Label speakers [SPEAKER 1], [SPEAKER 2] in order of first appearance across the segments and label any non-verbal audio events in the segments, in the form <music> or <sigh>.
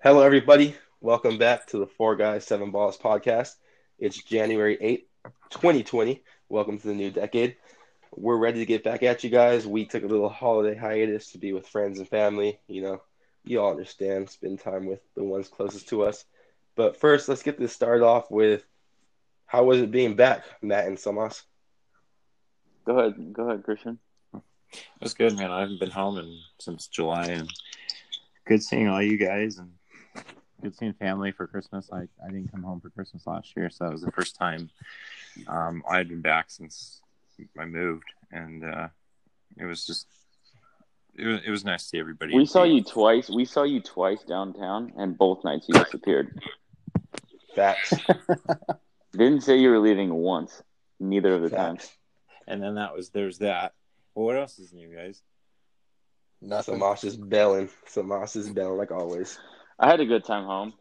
[SPEAKER 1] Hello, everybody. Welcome back to the Four Guys, Seven Balls podcast. It's January 8th, 2020. Welcome to the new decade. We're ready to get back at you guys. We took a little holiday hiatus to be with friends and family. You know, you all understand, spend time with the ones closest to us. But first, let's get this started off with how was it being back, Matt and Samas?
[SPEAKER 2] Go ahead, go ahead, Christian.
[SPEAKER 3] It was good, man. I haven't been home in, since July, and good seeing all you guys, and good seeing family for Christmas. I, I didn't come home for Christmas last year, so that was the first time um, I had been back since I moved, and uh, it was just it was, it was nice to see everybody.
[SPEAKER 2] We saw you twice. We saw you twice downtown, and both nights you disappeared.
[SPEAKER 1] Facts.
[SPEAKER 2] Didn't say you were leaving once. Neither of the times.
[SPEAKER 1] Facts.
[SPEAKER 3] and then that was there's that. Well, what else is new, guys?
[SPEAKER 4] Nothing.
[SPEAKER 1] Samas is belling. Samas is belling, like always.
[SPEAKER 2] I had a good time home.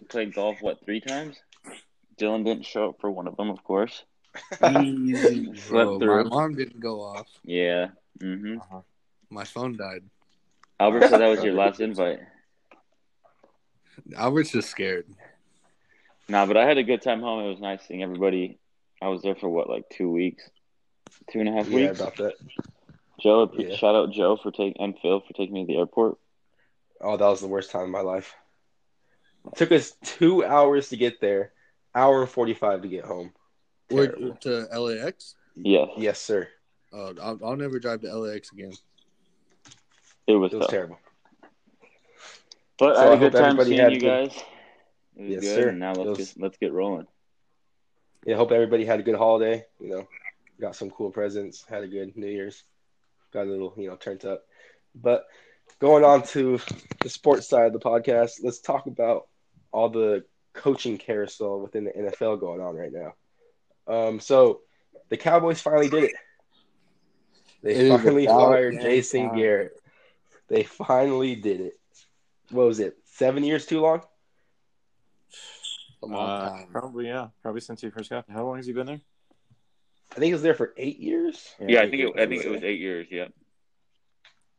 [SPEAKER 2] We Played golf what three times? Dylan didn't show up for one of them, of course. <laughs> Slept
[SPEAKER 4] Bro, my
[SPEAKER 2] through.
[SPEAKER 4] alarm didn't go off.
[SPEAKER 2] Yeah. Mm-hmm.
[SPEAKER 4] My phone died.
[SPEAKER 2] Albert said that was your last invite.
[SPEAKER 4] Albert's just scared.
[SPEAKER 2] Nah, but I had a good time home. It was nice seeing everybody. I was there for what, like two weeks, two and a half
[SPEAKER 1] yeah,
[SPEAKER 2] weeks.
[SPEAKER 1] about that.
[SPEAKER 2] Joe,
[SPEAKER 1] Yeah.
[SPEAKER 2] shout out Joe for taking and Phil for taking me to the airport.
[SPEAKER 1] Oh, that was the worst time of my life. took us two hours to get there, hour and forty five to get home.
[SPEAKER 4] Where
[SPEAKER 1] Terrible.
[SPEAKER 4] to LAX?
[SPEAKER 2] Yeah,
[SPEAKER 1] Yes, sir.
[SPEAKER 4] Oh, I'll, I'll never drive to LAX again.
[SPEAKER 2] it was
[SPEAKER 1] It was
[SPEAKER 2] tough.
[SPEAKER 1] terrible.
[SPEAKER 2] But
[SPEAKER 1] So
[SPEAKER 2] I
[SPEAKER 1] I
[SPEAKER 2] had a
[SPEAKER 1] hope
[SPEAKER 2] good time
[SPEAKER 1] everybody
[SPEAKER 2] seeing
[SPEAKER 1] had
[SPEAKER 2] you
[SPEAKER 1] good-
[SPEAKER 2] guys. It was
[SPEAKER 1] Yes,
[SPEAKER 2] good.
[SPEAKER 1] sir.
[SPEAKER 2] And now
[SPEAKER 1] It
[SPEAKER 2] let's
[SPEAKER 1] was-
[SPEAKER 2] get, let's get rolling.
[SPEAKER 1] Yeah, hope everybody had a good holiday. You know, got some cool presents, had a good New Year's, got a little you know turned up. But going on to the sports side of the podcast, let's talk about all the coaching carousel within the NFL going on right now. Um, so the Cowboys finally did it. They
[SPEAKER 4] It is
[SPEAKER 1] finally
[SPEAKER 4] about
[SPEAKER 1] fired
[SPEAKER 4] damn
[SPEAKER 1] Jason
[SPEAKER 4] time.
[SPEAKER 1] Garrett. They finally did it. What was it? Seven years too long?
[SPEAKER 4] A long
[SPEAKER 2] Uh,
[SPEAKER 4] time.
[SPEAKER 3] Uh, Probably yeah. Probably since you first got. How long has he been there?
[SPEAKER 1] I think it was there for eight years.
[SPEAKER 2] Yeah, I think it, I think it was eight years. Yeah,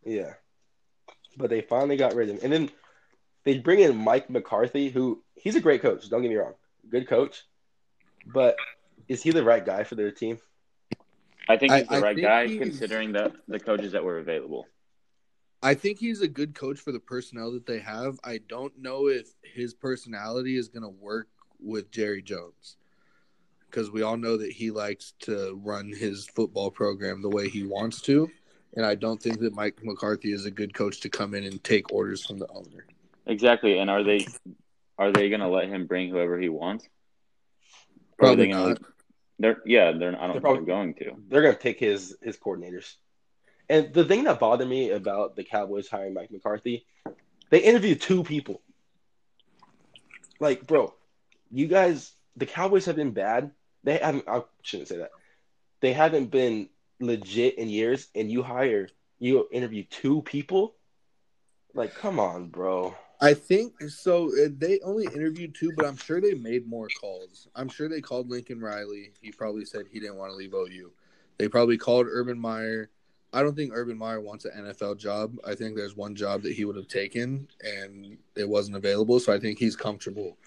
[SPEAKER 1] Yeah. But they finally got rid of him. And then they bring in Mike McCarthy, who he's a great coach, don't get me wrong. Good coach. But is he the right guy for their team?
[SPEAKER 2] I think
[SPEAKER 4] I-
[SPEAKER 2] he's the
[SPEAKER 4] I
[SPEAKER 2] right
[SPEAKER 4] think
[SPEAKER 2] guy
[SPEAKER 4] he's-
[SPEAKER 2] considering that the coaches that were available.
[SPEAKER 4] I think he's a good coach for the personnel that they have. I don't know if his personality is going to work with Jerry Jones because we all know that he likes to run his football program the way he wants to. And I don't think that Mike McCarthy is a good coach to come in and take orders from the owner.
[SPEAKER 2] Exactly. And are they are they going to let him bring whoever he wants? Or are
[SPEAKER 4] Probably
[SPEAKER 2] they gonna-
[SPEAKER 4] not.
[SPEAKER 2] They're yeah. They're. I don't
[SPEAKER 1] They're
[SPEAKER 2] think
[SPEAKER 1] probably-
[SPEAKER 2] they're going to.
[SPEAKER 1] They're gonna pick his his coordinators. And the thing that bothered me about the Cowboys hiring Mike McCarthy, they interviewed two people. Like, bro, you guys the Cowboys have been bad. They haven't I shouldn't say that. They haven't been legit in years and you hire you interview two people? Like, come on, bro.
[SPEAKER 4] I think so. uh, They only interviewed two, but I'm sure they made more calls. I'm sure they called Lincoln Riley. He probably said he didn't want to leave OU. They probably called Urban Meyer. I don't think Urban Meyer wants an NFL job. I think there's one job that he would have taken and it wasn't available. So I think he's comfortable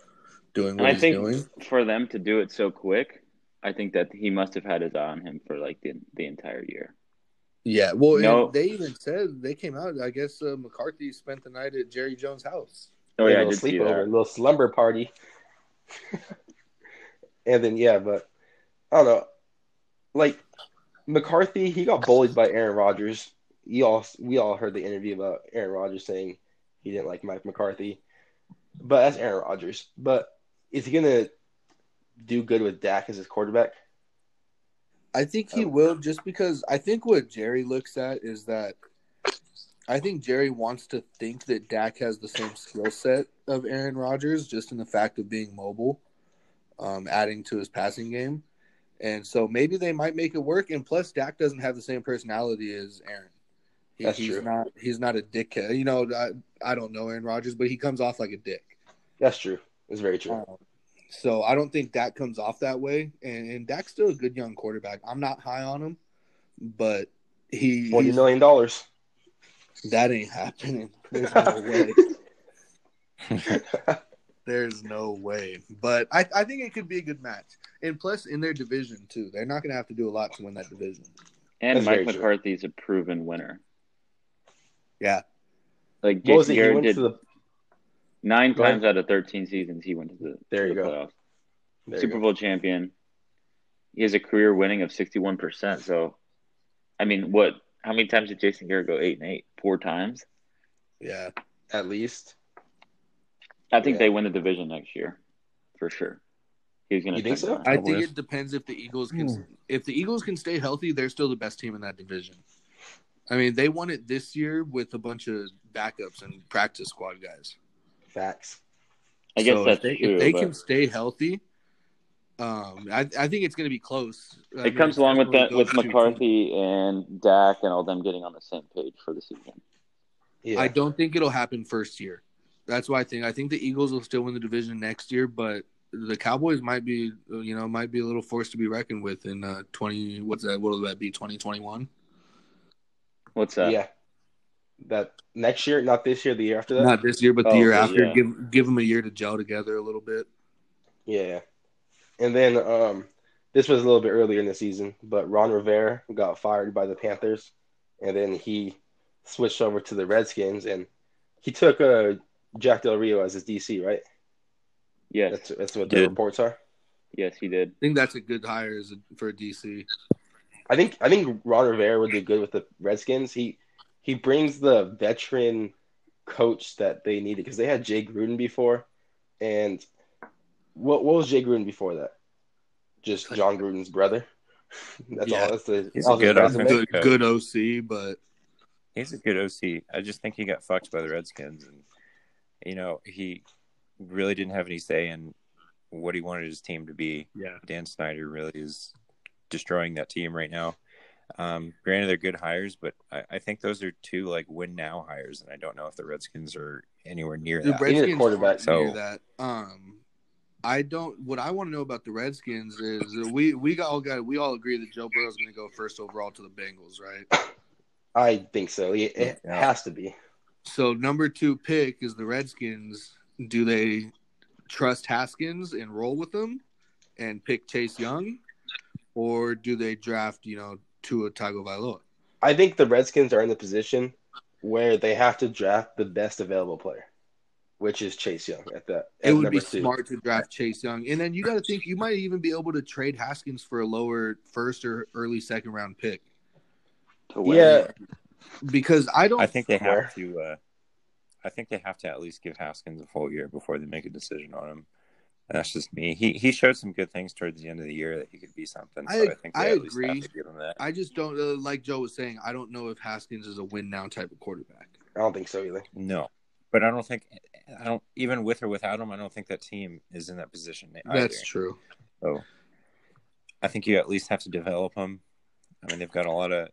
[SPEAKER 4] doing what
[SPEAKER 2] And I
[SPEAKER 4] he's
[SPEAKER 2] think-
[SPEAKER 4] doing.
[SPEAKER 2] For them to do it so quick, I think that he must have had his eye on him for like the the entire year.
[SPEAKER 4] Yeah. Well, and
[SPEAKER 2] No.
[SPEAKER 4] they even said they came out. I guess uh, McCarthy spent the night at Jerry Jones' house.
[SPEAKER 2] Oh yeah,
[SPEAKER 1] a
[SPEAKER 2] I
[SPEAKER 1] little
[SPEAKER 2] did see
[SPEAKER 1] sleepover, a
[SPEAKER 2] that.
[SPEAKER 1] little slumber party. <laughs> and then yeah, but I don't know. Like McCarthy, he got bullied by Aaron Rodgers. You all, we all heard the interview about Aaron Rodgers saying he didn't like Mike McCarthy, but that's Aaron Rodgers. But is he gonna do good with Dak as his quarterback?
[SPEAKER 4] I think he
[SPEAKER 1] Oh.
[SPEAKER 4] will just because I think what Jerry looks at is that I think Jerry wants to think that Dak has the same skill set of Aaron Rodgers just in the fact of being mobile, um, adding to his passing game. And so maybe they might make it work. And plus, Dak doesn't have the same personality as Aaron. He,
[SPEAKER 1] That's
[SPEAKER 4] he's
[SPEAKER 1] true.
[SPEAKER 4] not he's not a dickhead. You know, I, I don't know Aaron Rodgers, but he comes off like a dick.
[SPEAKER 1] That's true. It's very
[SPEAKER 2] Uh,
[SPEAKER 1] true.
[SPEAKER 4] Um, so I don't think Dak comes off that way, and, and Dak's still a good young quarterback. I'm not high on him, but he
[SPEAKER 1] Forty
[SPEAKER 4] he's-
[SPEAKER 1] million dollars.
[SPEAKER 4] that ain't happening. There's no way. There's no way. But I, I think it could be a good match. And plus, in their division, too. They're not going to have to do a lot to win that division.
[SPEAKER 2] And
[SPEAKER 1] That's
[SPEAKER 2] Mike
[SPEAKER 1] very true.
[SPEAKER 2] McCarthy's a proven winner.
[SPEAKER 4] Yeah.
[SPEAKER 2] Like
[SPEAKER 1] What was
[SPEAKER 2] Jason
[SPEAKER 1] it? He
[SPEAKER 2] Garrett
[SPEAKER 1] went
[SPEAKER 2] did
[SPEAKER 1] to the
[SPEAKER 2] nine
[SPEAKER 1] Go
[SPEAKER 2] times out of thirteen seasons he went to the,
[SPEAKER 1] There you
[SPEAKER 2] the
[SPEAKER 1] go.
[SPEAKER 2] playoffs.
[SPEAKER 1] there you
[SPEAKER 2] Super
[SPEAKER 1] go.
[SPEAKER 2] Bowl champion. He has a career winning of sixty one percent. So, I mean, what? How many times did Jason Garrett go eight and eight? Four times.
[SPEAKER 4] Yeah.
[SPEAKER 1] at least.
[SPEAKER 2] I think
[SPEAKER 1] Yeah.
[SPEAKER 2] they win the division next year, for sure. He's gonna.
[SPEAKER 1] You think so?
[SPEAKER 2] turn it around.
[SPEAKER 4] I
[SPEAKER 3] Cowboys.
[SPEAKER 4] think it depends if the Eagles can
[SPEAKER 2] Hmm.
[SPEAKER 4] if the Eagles can stay healthy, they're still the best team in that division. I mean, they won it this year with a bunch of backups and practice squad guys.
[SPEAKER 1] Facts.
[SPEAKER 2] I guess
[SPEAKER 4] So
[SPEAKER 2] that's
[SPEAKER 4] if they,
[SPEAKER 2] true.
[SPEAKER 4] If they
[SPEAKER 2] but
[SPEAKER 4] can stay healthy, um, I, I think it's going to be close. I
[SPEAKER 2] it
[SPEAKER 4] mean,
[SPEAKER 2] comes
[SPEAKER 4] it's
[SPEAKER 2] along with that
[SPEAKER 4] definitely
[SPEAKER 2] with
[SPEAKER 4] those two teams.
[SPEAKER 2] McCarthy and Dak and all them getting on the same page for the season.
[SPEAKER 1] Yeah.
[SPEAKER 4] I don't think it'll happen first year. That's why I think I think the Eagles will still win the division next year, but the Cowboys might be you know might be a little force to be reckoned with in uh, twenty. What's that? What will that be? Twenty twenty one.
[SPEAKER 2] What's that?
[SPEAKER 1] yeah. That next year, not this year, the year after that.
[SPEAKER 4] Not this year, but the
[SPEAKER 2] Oh,
[SPEAKER 4] year
[SPEAKER 2] yeah,
[SPEAKER 4] after.
[SPEAKER 2] yeah.
[SPEAKER 4] Give give them a year to gel together a little bit.
[SPEAKER 1] Yeah. And then um this was a little bit earlier in the season, but Ron Rivera got fired by the Panthers and then he switched over to the Redskins and he took uh Jack Del Rio as his DC, right?
[SPEAKER 2] Yes,
[SPEAKER 1] That's that's what
[SPEAKER 3] Did.
[SPEAKER 1] the reports are.
[SPEAKER 2] yes, he did.
[SPEAKER 4] I think that's a good hire as a, for a DC.
[SPEAKER 1] I think I think Ron Rivera would do good with the Redskins. He he brings the veteran coach that they needed because they had Jay Gruden before, and what what was Jay Gruden before that? Just John Gruden's brother. <laughs> That's
[SPEAKER 4] Yeah.
[SPEAKER 1] all. That's the
[SPEAKER 3] He's
[SPEAKER 1] that
[SPEAKER 3] a
[SPEAKER 1] was his
[SPEAKER 3] good
[SPEAKER 1] resume.
[SPEAKER 3] offensive
[SPEAKER 4] Good,
[SPEAKER 3] coach.
[SPEAKER 4] good OC, but
[SPEAKER 3] He's a good OC. I just think he got fucked by the Redskins, and you know he really didn't have any say in what he wanted his team to be.
[SPEAKER 4] yeah,
[SPEAKER 3] Dan Snyder really is destroying that team right now. Um, granted, they're good hires, but I, I think those are two like win now hires, and I don't know if the Redskins are anywhere near
[SPEAKER 4] the
[SPEAKER 3] that.
[SPEAKER 1] Red-
[SPEAKER 4] Redskins
[SPEAKER 1] quarterback,
[SPEAKER 4] aren't near
[SPEAKER 3] so-
[SPEAKER 4] that. Um, I don't. What I want to know about the Redskins is that we we got all got we all agree that Joe Burrow's going to go first overall to the Bengals, right?
[SPEAKER 1] I think so. It, it
[SPEAKER 3] Yeah.
[SPEAKER 1] has to be.
[SPEAKER 4] So number two pick is the Redskins. Do they trust Haskins and roll with them and pick Chase Young, or do they draft you know Tua Tagovailoa?
[SPEAKER 1] I think the Redskins are in the position where they have to draft the best available player, which is Chase Young at that.
[SPEAKER 4] It
[SPEAKER 1] at
[SPEAKER 4] would
[SPEAKER 1] number
[SPEAKER 4] be
[SPEAKER 1] two.
[SPEAKER 4] smart to draft Chase Young, and then you got to think you might even be able to trade Haskins for a lower first or early second round pick
[SPEAKER 2] To win.
[SPEAKER 1] Yeah,
[SPEAKER 4] because I don't.
[SPEAKER 3] I think they
[SPEAKER 1] Where?
[SPEAKER 3] have to. Uh, I think they have to at least give Haskins a full year before they make a decision on him. That's just me. He he showed some good things towards the end of the year that he could be something. So
[SPEAKER 4] I-
[SPEAKER 3] I, think they
[SPEAKER 4] I
[SPEAKER 3] at least
[SPEAKER 4] agree.
[SPEAKER 3] have to give him that.
[SPEAKER 4] I just don't uh, like Joe was saying. I don't know if Haskins is a win now type of quarterback.
[SPEAKER 1] I don't think so either.
[SPEAKER 3] No, but I don't think I don't even with or without him. I don't think that team is in that position. either.
[SPEAKER 4] That's true.
[SPEAKER 3] So I think you at least have to develop them. I mean, they've got a lot of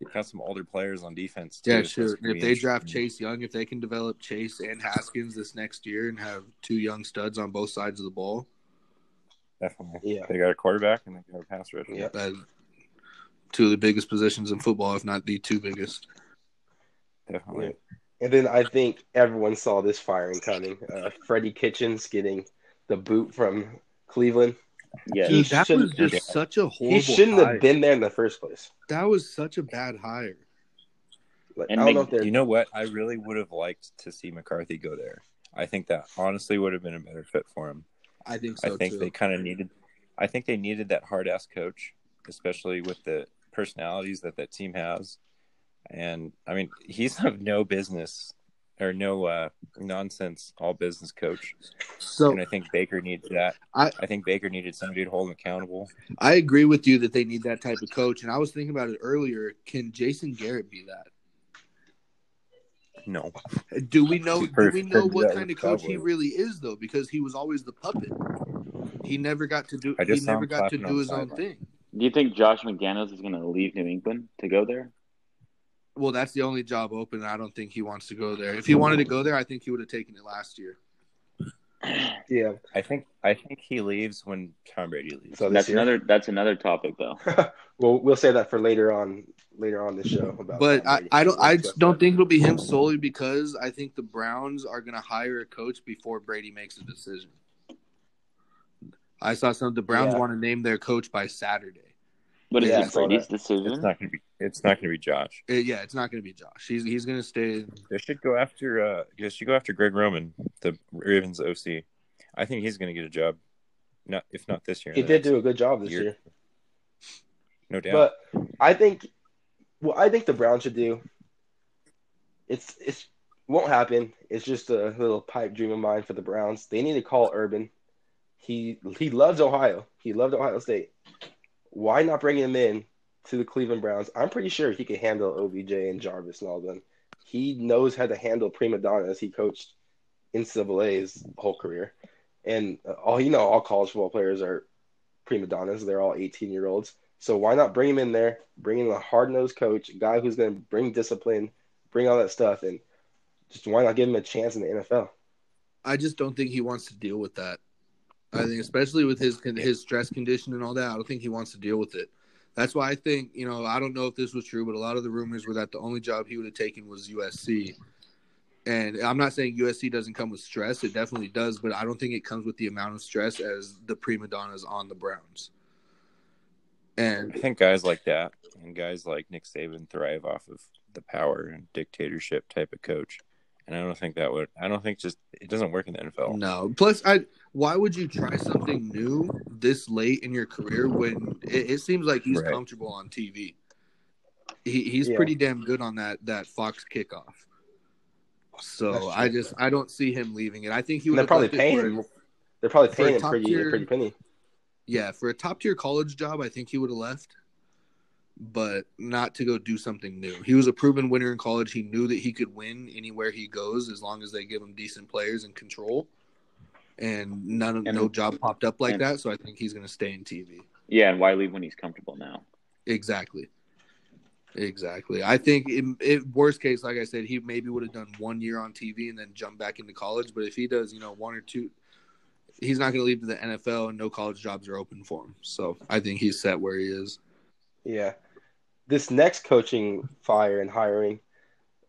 [SPEAKER 3] they've got some older players on defense too.
[SPEAKER 4] Yeah,
[SPEAKER 3] so it's
[SPEAKER 4] sure.
[SPEAKER 3] gonna
[SPEAKER 4] If
[SPEAKER 3] be
[SPEAKER 4] they
[SPEAKER 1] mm.
[SPEAKER 4] draft
[SPEAKER 3] interesting.
[SPEAKER 4] Chase Young, if they can develop Chase and Haskins this next year and have two young studs on both sides of the ball,
[SPEAKER 3] definitely
[SPEAKER 1] Yeah.
[SPEAKER 3] they got a quarterback and they got a pass rusher.
[SPEAKER 1] Yeah.
[SPEAKER 4] that two of the biggest positions in football, if not the two biggest.
[SPEAKER 3] definitely.
[SPEAKER 1] And then I think everyone saw this firing coming. Uh, Freddie Kitchens getting the boot from Cleveland.
[SPEAKER 2] Yes.
[SPEAKER 1] He
[SPEAKER 4] Dude, that was
[SPEAKER 1] shouldn't-
[SPEAKER 4] just such a horrible.
[SPEAKER 1] he shouldn't
[SPEAKER 4] hire.
[SPEAKER 1] have been there in the first place.
[SPEAKER 4] That was such a bad hire.
[SPEAKER 1] Like,
[SPEAKER 2] And
[SPEAKER 1] I don't
[SPEAKER 2] Mc-
[SPEAKER 1] know if they're.
[SPEAKER 3] You know what? I really would have liked to see McCarthy go there. I think that honestly would have been a better fit for him.
[SPEAKER 4] I think so
[SPEAKER 3] I think
[SPEAKER 4] too.
[SPEAKER 3] they kind of needed. I think they needed that hard ass coach, especially with the personalities that that team has. And I mean, he's of no business or no uh, nonsense all business coach.
[SPEAKER 4] so
[SPEAKER 3] And I think Baker needs that.
[SPEAKER 4] I-
[SPEAKER 3] I think Baker needed somebody to hold him accountable.
[SPEAKER 4] I agree with you that they need that type of coach. And I was thinking about it earlier. Can Jason Garrett be that?
[SPEAKER 3] No,
[SPEAKER 4] Do we know? Do we
[SPEAKER 3] Perfect.
[SPEAKER 4] know what
[SPEAKER 3] Yeah,
[SPEAKER 4] kind of coach he
[SPEAKER 3] probably.
[SPEAKER 4] really is, though? Because he was always the puppet. He never got to do.
[SPEAKER 3] I just
[SPEAKER 4] He
[SPEAKER 3] saw
[SPEAKER 4] never
[SPEAKER 3] him
[SPEAKER 4] got to
[SPEAKER 3] clapping on
[SPEAKER 4] do
[SPEAKER 3] the
[SPEAKER 4] his own
[SPEAKER 3] sideline.
[SPEAKER 4] thing.
[SPEAKER 2] Do you think Josh McDaniels is going to leave New England to go there?
[SPEAKER 4] Well, that's the only job open. and I don't think he wants to go there. If he wanted to go there, I think he would have taken it last year.
[SPEAKER 1] Yeah.
[SPEAKER 3] I think I think he leaves when Tom Brady leaves.
[SPEAKER 1] uh, So Oh, this
[SPEAKER 2] That's
[SPEAKER 1] year.
[SPEAKER 2] another. That's another topic, though.
[SPEAKER 1] well, we'll say that for later on, later on this show. About
[SPEAKER 4] But
[SPEAKER 1] Tom
[SPEAKER 4] I,
[SPEAKER 1] Brady.
[SPEAKER 4] I don't
[SPEAKER 1] We'll
[SPEAKER 4] I
[SPEAKER 1] discuss
[SPEAKER 4] just don't
[SPEAKER 1] that.
[SPEAKER 4] think it'll be him solely because I think the Browns are going to hire a coach before Brady makes a decision. I saw some the Browns
[SPEAKER 3] Yeah.
[SPEAKER 4] want to name their coach by Saturday.
[SPEAKER 2] But is
[SPEAKER 1] Yeah, I
[SPEAKER 2] it
[SPEAKER 1] saw
[SPEAKER 2] Brady's
[SPEAKER 1] that.
[SPEAKER 3] It's
[SPEAKER 2] decision?
[SPEAKER 3] not gonna be. It's not gonna be Josh.
[SPEAKER 4] Uh, yeah, it's not going to be Josh. He's he's going to stay.
[SPEAKER 3] They should go after. Uh, they should go after Greg Roman, the Ravens OC. I think he's gonna get a job. Not if not this year.
[SPEAKER 1] he
[SPEAKER 3] the
[SPEAKER 1] did
[SPEAKER 3] next.
[SPEAKER 1] do a good job this
[SPEAKER 3] Year.
[SPEAKER 1] year.
[SPEAKER 3] No doubt.
[SPEAKER 1] But I think what I think the Browns should do. It's it's won't happen. It's just a little pipe dream of mine for the Browns. They need to call Urban. He he loves Ohio. He loved Ohio State. Why not bring him in to the Cleveland Browns? I'm pretty sure he can handle OBJ and Jarvis and all them. He knows how to handle prima donnas. He coached NCAA's whole career, and uh, all you know, all college football players are prima donnas. They're all 18 year olds. So why not bring him in there? Bring in a hard nosed coach, a guy who's going to bring discipline, bring all that stuff, and just why not give him a chance in the NFL?
[SPEAKER 4] I just don't think he wants to deal with that. I think, especially with his con- his stress condition and all that, I don't think he wants to deal with it. That's why I think you know I don't know if this was true, but a lot of the rumors were that the only job he would have taken was USC. And I'm not saying USC doesn't come with stress; it definitely does, but I don't think it comes with the amount of stress as the prima donnas on the Browns.
[SPEAKER 3] I
[SPEAKER 4] And
[SPEAKER 3] think guys like that and guys like Nick Saban thrive off of the power and dictatorship type of coach. And I don't think that would. I don't think just it doesn't work in the NFL.
[SPEAKER 4] no, plus I why would you try something new this late in your career when it, it seems like he's
[SPEAKER 3] Right.
[SPEAKER 4] comfortable on TV? he, he's
[SPEAKER 1] Yeah.
[SPEAKER 4] pretty damn good on that that Fox kickoff.
[SPEAKER 1] That's
[SPEAKER 4] So
[SPEAKER 1] true.
[SPEAKER 4] I just I don't see him leaving it. I think he
[SPEAKER 1] And
[SPEAKER 4] would
[SPEAKER 1] they're
[SPEAKER 4] have
[SPEAKER 1] probably
[SPEAKER 4] left it
[SPEAKER 1] paying
[SPEAKER 4] for-
[SPEAKER 1] him. They're probably
[SPEAKER 4] for a
[SPEAKER 1] paying him
[SPEAKER 4] top
[SPEAKER 1] pretty
[SPEAKER 4] tier-
[SPEAKER 1] a pretty penny.
[SPEAKER 4] Yeah, for a top tier college job, I think he would have left, but not to go do something new. He was a proven winner in college. He knew that he could win anywhere he goes as long as they give him decent players and control. And none of
[SPEAKER 2] And-
[SPEAKER 4] no job popped up like
[SPEAKER 2] and-
[SPEAKER 4] that, so I think he's going to stay in TV.
[SPEAKER 2] Yeah, and why leave when he's comfortable now?
[SPEAKER 4] Exactly. Exactly. I think in, in worst case, like I said, he maybe would have done one year on TV and then jump back into college. But if he does, you know, one or two, he's not going to leave to the NFL, and no college jobs are open for him. So I think he's set where he is.
[SPEAKER 1] Yeah. This next coaching fire and hiring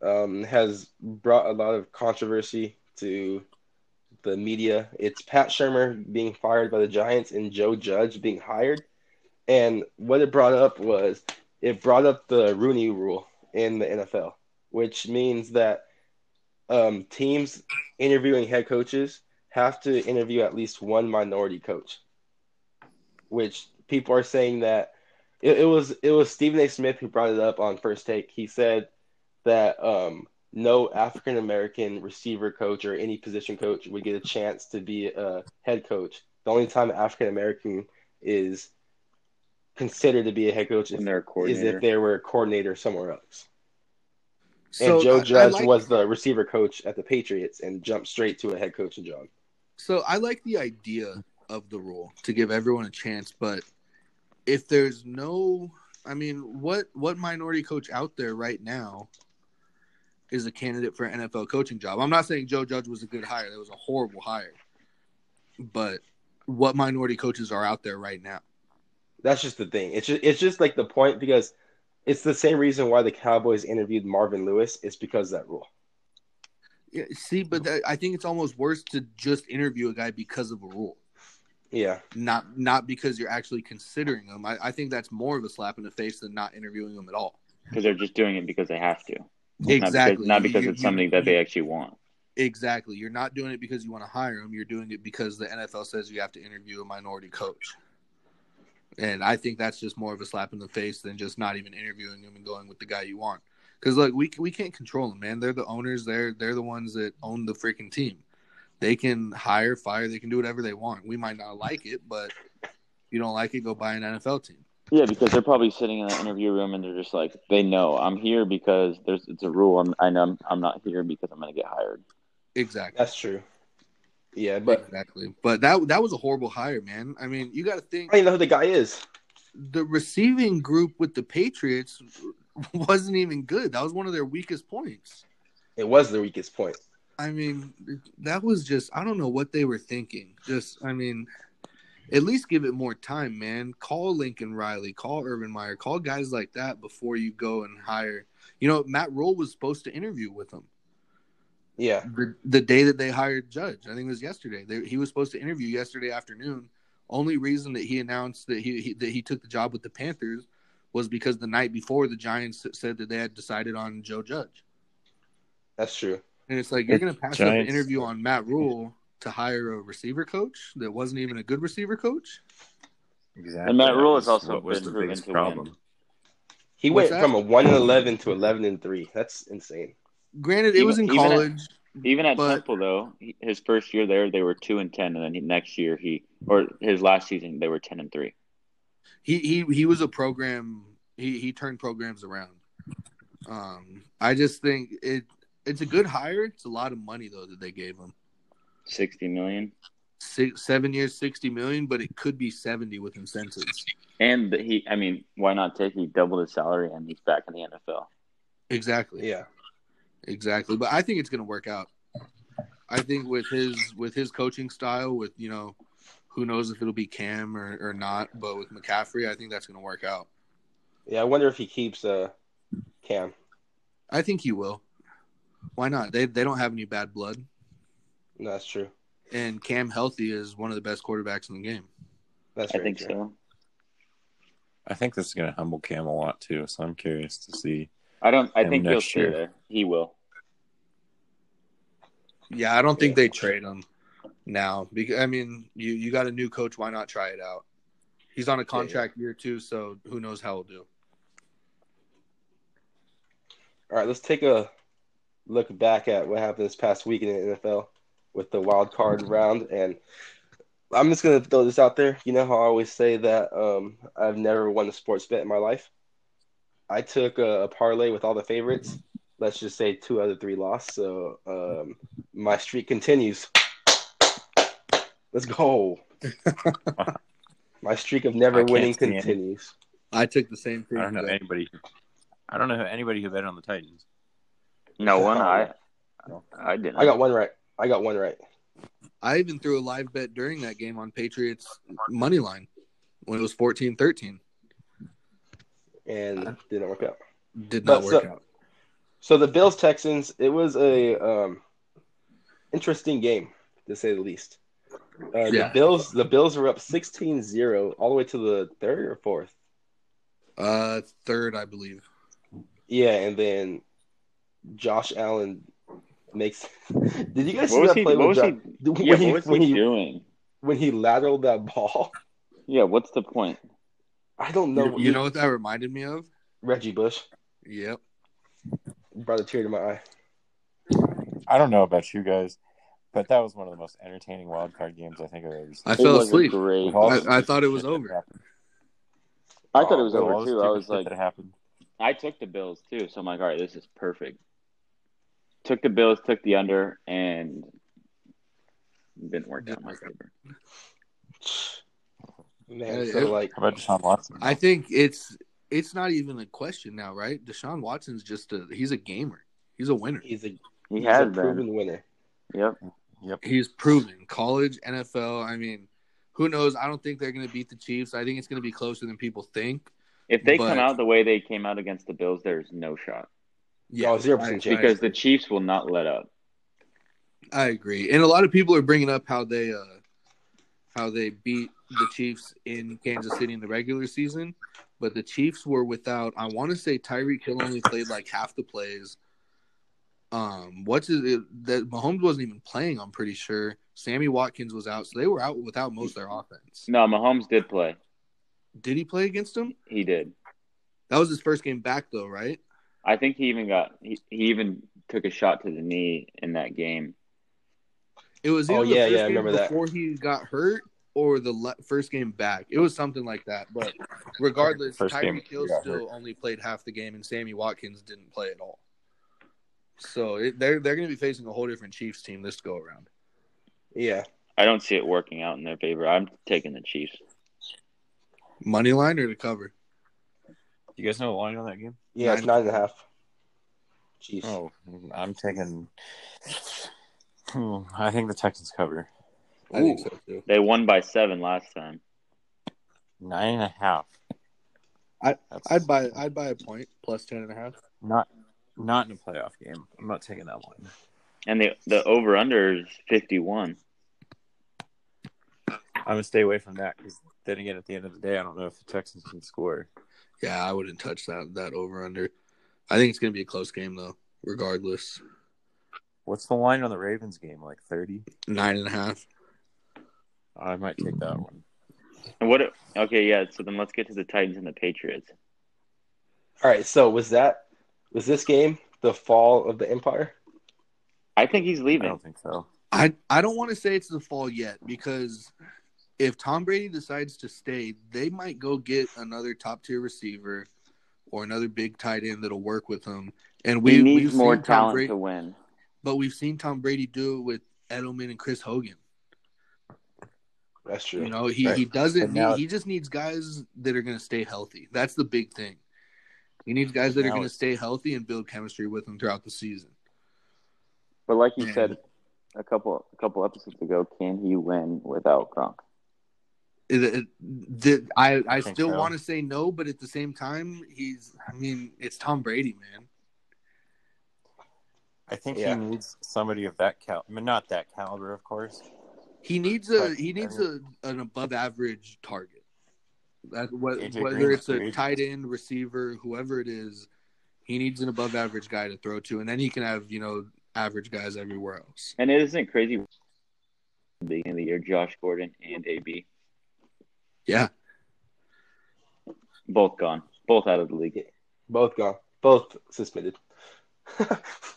[SPEAKER 1] um, has brought a lot of controversy to the media. It's Pat Shermer being fired by the Giants and Joe Judge being hired. And what it brought up was it brought up the Rooney rule in the NFL, which means that um, teams interviewing head coaches have to interview at least one minority coach, which people are saying that it, it was it was Stephen A. Smith who brought it up on first take. He said that um, no African American receiver coach or any position coach would get a chance to be a head coach. The only time African American is considered to be a head coach is,
[SPEAKER 2] When they're a
[SPEAKER 1] is
[SPEAKER 2] coordinator.
[SPEAKER 1] if they were a coordinator somewhere else. And
[SPEAKER 4] So
[SPEAKER 1] Joe
[SPEAKER 4] I- I
[SPEAKER 1] Judge
[SPEAKER 4] like-
[SPEAKER 1] was the receiver coach at the Patriots and jumped straight to a head coaching job.
[SPEAKER 4] So I like the idea of the rule to give everyone a chance, but if there's no, I mean, what what minority coach out there right now is a candidate for an NFL coaching job? I'm not saying Joe Judge was a good hire; that was a horrible hire. But what minority coaches are out there right now?
[SPEAKER 1] That's just the thing. It's just, it's just like the point because it's the same reason why the Cowboys interviewed Marvin Lewis. It's because of that rule.
[SPEAKER 4] Yeah, see, but that, I think it's almost worse to just interview a guy because of a rule.
[SPEAKER 1] Yeah,
[SPEAKER 4] not not because you're actually considering them. I, I think that's more of a slap in the face than not interviewing them at all.
[SPEAKER 2] Because they're just doing it because they have to.
[SPEAKER 4] Exactly.
[SPEAKER 2] Not because, not because
[SPEAKER 4] You-
[SPEAKER 2] it's
[SPEAKER 4] you-
[SPEAKER 2] something that they actually want.
[SPEAKER 4] Exactly. You're not doing it because you want to hire them. You're doing it because the NFL says you have to interview a minority coach. And I think that's just more of a slap in the face than just not even interviewing them and going with the guy you want. Because look, we we can't control them, man. They're the owners. They're they're the ones that own the freaking team. They can hire, fire. They can do whatever they want. We might not like it, but if you don't like it, go buy an NFL team.
[SPEAKER 2] Yeah, because they're probably sitting in that interview room and they're just like, they know I'm here because there's it's a rule. I'm, I know I'm, I'm not here because I'm going to get hired.
[SPEAKER 4] Exactly.
[SPEAKER 1] that's true. Yeah, but
[SPEAKER 4] exactly. But that that was a horrible hire, man. I mean, you got to think
[SPEAKER 1] I don't even know who the guy is.
[SPEAKER 4] the receiving group with the Patriots wasn't even good. That was one of their weakest points.
[SPEAKER 1] It was the weakest point.
[SPEAKER 4] I mean, that was just I don't know what they were thinking. Just I mean, at least give it more time, man. Call Lincoln Riley, call Urban Meyer, call guys like that before you go and hire. You know, Matt Rule was supposed to interview with them
[SPEAKER 1] Yeah.
[SPEAKER 4] the, the day that they hired Judge. I think it was yesterday. They, he was supposed to interview yesterday afternoon. Only reason that he announced that he, he that he took the job with the Panthers was because the night before the Giants said that they had decided on Joe Judge.
[SPEAKER 1] That's true.
[SPEAKER 4] And it's like you're
[SPEAKER 3] The
[SPEAKER 4] going to pass up an
[SPEAKER 3] Giants-
[SPEAKER 4] interview on Matt Rule to hire a receiver coach that wasn't even a good receiver coach.
[SPEAKER 3] Exactly.
[SPEAKER 2] And Matt
[SPEAKER 3] that
[SPEAKER 2] Rule
[SPEAKER 3] was-
[SPEAKER 2] has also
[SPEAKER 3] what was
[SPEAKER 2] been
[SPEAKER 3] the
[SPEAKER 2] proven
[SPEAKER 3] biggest
[SPEAKER 2] to
[SPEAKER 3] problem.
[SPEAKER 2] win.
[SPEAKER 1] He
[SPEAKER 4] What's
[SPEAKER 1] went
[SPEAKER 4] that?
[SPEAKER 1] from a one and eleven to eleven and three. That's insane.
[SPEAKER 4] Granted, it
[SPEAKER 2] Even-
[SPEAKER 4] was in
[SPEAKER 2] even at-
[SPEAKER 4] college.
[SPEAKER 2] Even at
[SPEAKER 4] But-
[SPEAKER 2] Temple, though, he- his first year there, they were two and ten, and then he- next year he, or his last season, they were ten and three.
[SPEAKER 4] he he he was a program he he turned programs around um i just think it it's a good hire it's a lot of money though that they gave him
[SPEAKER 2] Sixty million,
[SPEAKER 4] Six, seven years 60 million but it could be 70 with incentives
[SPEAKER 2] and the- he, I mean, why not take? He doubled his salary, and he's back in the NFL.
[SPEAKER 4] exactly
[SPEAKER 1] Yeah.
[SPEAKER 4] exactly but i think it's going to work out i think with his with his coaching style with you know who knows if it'll be cam or, or not but with mccaffrey i think that's going to work out
[SPEAKER 1] Yeah, I wonder if he keeps uh Cam.
[SPEAKER 4] i think he will why not they they don't have any bad blood
[SPEAKER 1] No, that's true.
[SPEAKER 4] and Cam healthy is one of the best quarterbacks in the game.
[SPEAKER 1] That's
[SPEAKER 2] I
[SPEAKER 1] very
[SPEAKER 2] think
[SPEAKER 1] true.
[SPEAKER 2] so.
[SPEAKER 3] I think this is going to humble Cam a lot too. So I'm curious to see.
[SPEAKER 2] I don't. I
[SPEAKER 3] Him
[SPEAKER 2] think he'll
[SPEAKER 3] next
[SPEAKER 2] stay
[SPEAKER 3] year.
[SPEAKER 2] there. He will.
[SPEAKER 4] Yeah, I don't think they trade him now because I mean, you you got a new coach, why not try it out? He's on a contract year too, so who knows how he'll do.
[SPEAKER 1] All right, let's take a look back at what happened this past week in the NFL with the wild card round. And I'm just going to throw this out there. You know how I always say that um, I've never won a sports bet in my life? I took a, a parlay with all the favorites. Let's just say two out of three lost. So um, my streak continues. Let's
[SPEAKER 3] <laughs>
[SPEAKER 1] go. my streak of
[SPEAKER 3] I
[SPEAKER 1] never
[SPEAKER 3] can't
[SPEAKER 1] winning
[SPEAKER 3] see any.
[SPEAKER 1] continues.
[SPEAKER 4] I took the same
[SPEAKER 3] I
[SPEAKER 4] thing.
[SPEAKER 3] don't know
[SPEAKER 4] but
[SPEAKER 3] anybody. I don't know anybody who bet on the Titans.
[SPEAKER 2] No one. I.
[SPEAKER 3] No.
[SPEAKER 2] I didn't.
[SPEAKER 1] I got one right. I got one right.
[SPEAKER 4] I even threw a live bet during that game on Patriots money line when it was 14-13.
[SPEAKER 1] And it didn't work out.
[SPEAKER 4] Did not
[SPEAKER 1] But
[SPEAKER 4] work
[SPEAKER 1] so-
[SPEAKER 4] out.
[SPEAKER 1] So the Bills Texans, it was a um, interesting game to say the least. Uh,
[SPEAKER 4] Yeah.
[SPEAKER 1] The Bills, the Bills were up 16-0 all the way to the third or fourth.
[SPEAKER 4] Uh third, I believe.
[SPEAKER 1] Yeah, and then Josh Allen makes. <laughs> Did you guys see
[SPEAKER 2] What was
[SPEAKER 1] that
[SPEAKER 2] he?
[SPEAKER 1] play
[SPEAKER 2] What
[SPEAKER 1] with
[SPEAKER 2] was
[SPEAKER 1] Josh, <laughs>
[SPEAKER 2] he?
[SPEAKER 1] when,
[SPEAKER 2] Yeah.
[SPEAKER 1] he,
[SPEAKER 2] What was
[SPEAKER 1] when
[SPEAKER 2] he
[SPEAKER 1] he
[SPEAKER 2] doing?
[SPEAKER 1] when he lateraled that ball? <laughs>
[SPEAKER 2] Yeah. What's the point?
[SPEAKER 1] I don't know.
[SPEAKER 4] you, you know what that reminded me of?
[SPEAKER 1] Reggie Bush
[SPEAKER 4] Yep.
[SPEAKER 1] brought a tear to my eye.
[SPEAKER 3] I don't know about you guys, but that was one of the most entertaining wild card games I think I've ever seen.
[SPEAKER 4] I
[SPEAKER 2] It
[SPEAKER 4] fell
[SPEAKER 2] was a
[SPEAKER 4] asleep.
[SPEAKER 2] Great.
[SPEAKER 3] With all
[SPEAKER 4] I-
[SPEAKER 3] the
[SPEAKER 4] I
[SPEAKER 3] stupid
[SPEAKER 4] thought it was
[SPEAKER 3] shit that
[SPEAKER 4] over.
[SPEAKER 3] happened.
[SPEAKER 2] I thought it was
[SPEAKER 3] With
[SPEAKER 2] over
[SPEAKER 3] all the
[SPEAKER 2] too. I
[SPEAKER 3] stupid
[SPEAKER 2] was
[SPEAKER 3] shit
[SPEAKER 2] like,
[SPEAKER 3] that happened.
[SPEAKER 2] I took the Bills too, so I'm like, all right, this is perfect. Took the Bills, took the under, and didn't work out in my favor.
[SPEAKER 1] Man,
[SPEAKER 4] Yeah,
[SPEAKER 1] so
[SPEAKER 4] it-
[SPEAKER 1] like,
[SPEAKER 3] How about Deshaun Watson?
[SPEAKER 4] I think it's it's not even a question now, right? Deshaun Watson's just a he's a gamer. He's a winner.
[SPEAKER 1] he's a,
[SPEAKER 2] He
[SPEAKER 1] he's
[SPEAKER 2] has
[SPEAKER 1] a
[SPEAKER 2] been.
[SPEAKER 1] proven winner.
[SPEAKER 2] Yep.
[SPEAKER 3] Yep.
[SPEAKER 4] He's proven college, NFL. I mean, who knows? I don't think they're going to beat the Chiefs. I think it's going to be closer than people think.
[SPEAKER 2] If they
[SPEAKER 4] But-
[SPEAKER 2] come out the way they came out against the Bills, there's no shot
[SPEAKER 4] Yeah,
[SPEAKER 1] Oh, 0%
[SPEAKER 4] I,
[SPEAKER 1] chance.
[SPEAKER 2] because the Chiefs will not let up.
[SPEAKER 4] I agree. And a lot of people are bringing up how they uh how they beat the Chiefs in Kansas City in the regular season, but the Chiefs were without. I want to say Tyreek Hill only played like half the plays. Um, what's it that Mahomes wasn't even playing? I'm pretty sure Sammy Watkins was out, so they were out without most of their offense.
[SPEAKER 2] No, Mahomes did play.
[SPEAKER 4] Did he play against him?
[SPEAKER 2] He did.
[SPEAKER 4] That was his first game back, though, right?
[SPEAKER 2] I think he even got. He, he even took a shot to the knee in that game.
[SPEAKER 4] It was
[SPEAKER 1] Oh,
[SPEAKER 4] either
[SPEAKER 1] yeah,
[SPEAKER 4] the first
[SPEAKER 1] yeah, I
[SPEAKER 4] game
[SPEAKER 1] remember that.
[SPEAKER 4] before he got hurt or the le- first game back. It was something like that. <laughs> But regardless,
[SPEAKER 3] First game
[SPEAKER 4] Tyreek Hill
[SPEAKER 3] he got
[SPEAKER 4] still only played half the game, and Sammy Watkins didn't play at all. So it, they're they're going to be facing a whole different Chiefs team this go around.
[SPEAKER 1] Yeah,
[SPEAKER 2] I don't see it working out in their favor. I'm taking the Chiefs.
[SPEAKER 4] Money line or to cover?
[SPEAKER 3] You guys know the line on that game?
[SPEAKER 4] Oh,
[SPEAKER 1] yeah, it's nine and a half. Jeez.
[SPEAKER 3] Oh, I'm taking. Hmm, I think the Texans cover
[SPEAKER 4] I think
[SPEAKER 2] Ooh.
[SPEAKER 4] so too.
[SPEAKER 2] They won by seven last time.
[SPEAKER 3] nine and a half.
[SPEAKER 4] I-
[SPEAKER 3] That's
[SPEAKER 4] I'd buy I'd buy a point plus ten and a half.
[SPEAKER 3] not not in a playoff game. I'm not taking that one.
[SPEAKER 2] And the the over under is fifty one.
[SPEAKER 3] I'm gonna stay away from that because then again, at the end of the day, I don't know if the Texans can score.
[SPEAKER 4] Yeah, I wouldn't touch that that over under. I think it's gonna be a close game though, regardless.
[SPEAKER 3] What's the line on the Ravens game? Like thirty?
[SPEAKER 4] Nine and a half.
[SPEAKER 3] I might take that one.
[SPEAKER 2] And what? Okay, yeah. So then let's get to the Titans and the Patriots.
[SPEAKER 1] All right, so was that was this game the fall of the empire?
[SPEAKER 2] I think he's
[SPEAKER 3] I
[SPEAKER 2] leaving.
[SPEAKER 4] Oh.
[SPEAKER 3] don't think so.
[SPEAKER 4] I I don't want to say it's the fall yet because if Tom Brady decides to stay, they might go get another top tier receiver or another big tight end that'll work with him. And we
[SPEAKER 2] We
[SPEAKER 4] we've
[SPEAKER 2] need more
[SPEAKER 4] seen Tom
[SPEAKER 2] talent
[SPEAKER 4] Brady,
[SPEAKER 2] to win.
[SPEAKER 4] but we've seen Tom Brady do it with Edelman and Chris Hogan.
[SPEAKER 1] That's true.
[SPEAKER 4] You know, he,
[SPEAKER 3] Right.
[SPEAKER 4] he doesn't
[SPEAKER 3] And now-
[SPEAKER 4] need, he just needs guys that are going to stay healthy. That's the big thing. He needs guys that are
[SPEAKER 3] Now
[SPEAKER 4] going to
[SPEAKER 3] it's-
[SPEAKER 4] stay healthy and build chemistry with him throughout the season.
[SPEAKER 2] But like you
[SPEAKER 4] Yeah.
[SPEAKER 2] said a couple a couple episodes ago, can he win without Gronk?
[SPEAKER 4] It- it- the- I, I
[SPEAKER 3] think
[SPEAKER 4] still
[SPEAKER 3] so.
[SPEAKER 4] want to say no, but at the same time, he's, I mean, it's Tom Brady, man.
[SPEAKER 3] I think
[SPEAKER 1] Yeah.
[SPEAKER 3] he needs somebody of that cal. I mean, not that caliber, of course.
[SPEAKER 4] He needs a,
[SPEAKER 3] But,
[SPEAKER 4] he
[SPEAKER 3] I
[SPEAKER 4] needs a, an above average target. That, what,
[SPEAKER 3] AJ
[SPEAKER 4] whether
[SPEAKER 3] Green
[SPEAKER 4] it's a
[SPEAKER 3] agreed.
[SPEAKER 4] tight end, receiver, whoever it is, he needs an above average guy to throw to. And then he can have, you know, average guys everywhere else.
[SPEAKER 2] And it isn't crazy. at the Beginning of the year, Josh Gordon and AB
[SPEAKER 4] Yeah.
[SPEAKER 2] both gone, both out of the league.
[SPEAKER 1] Both gone. Both suspended. <laughs>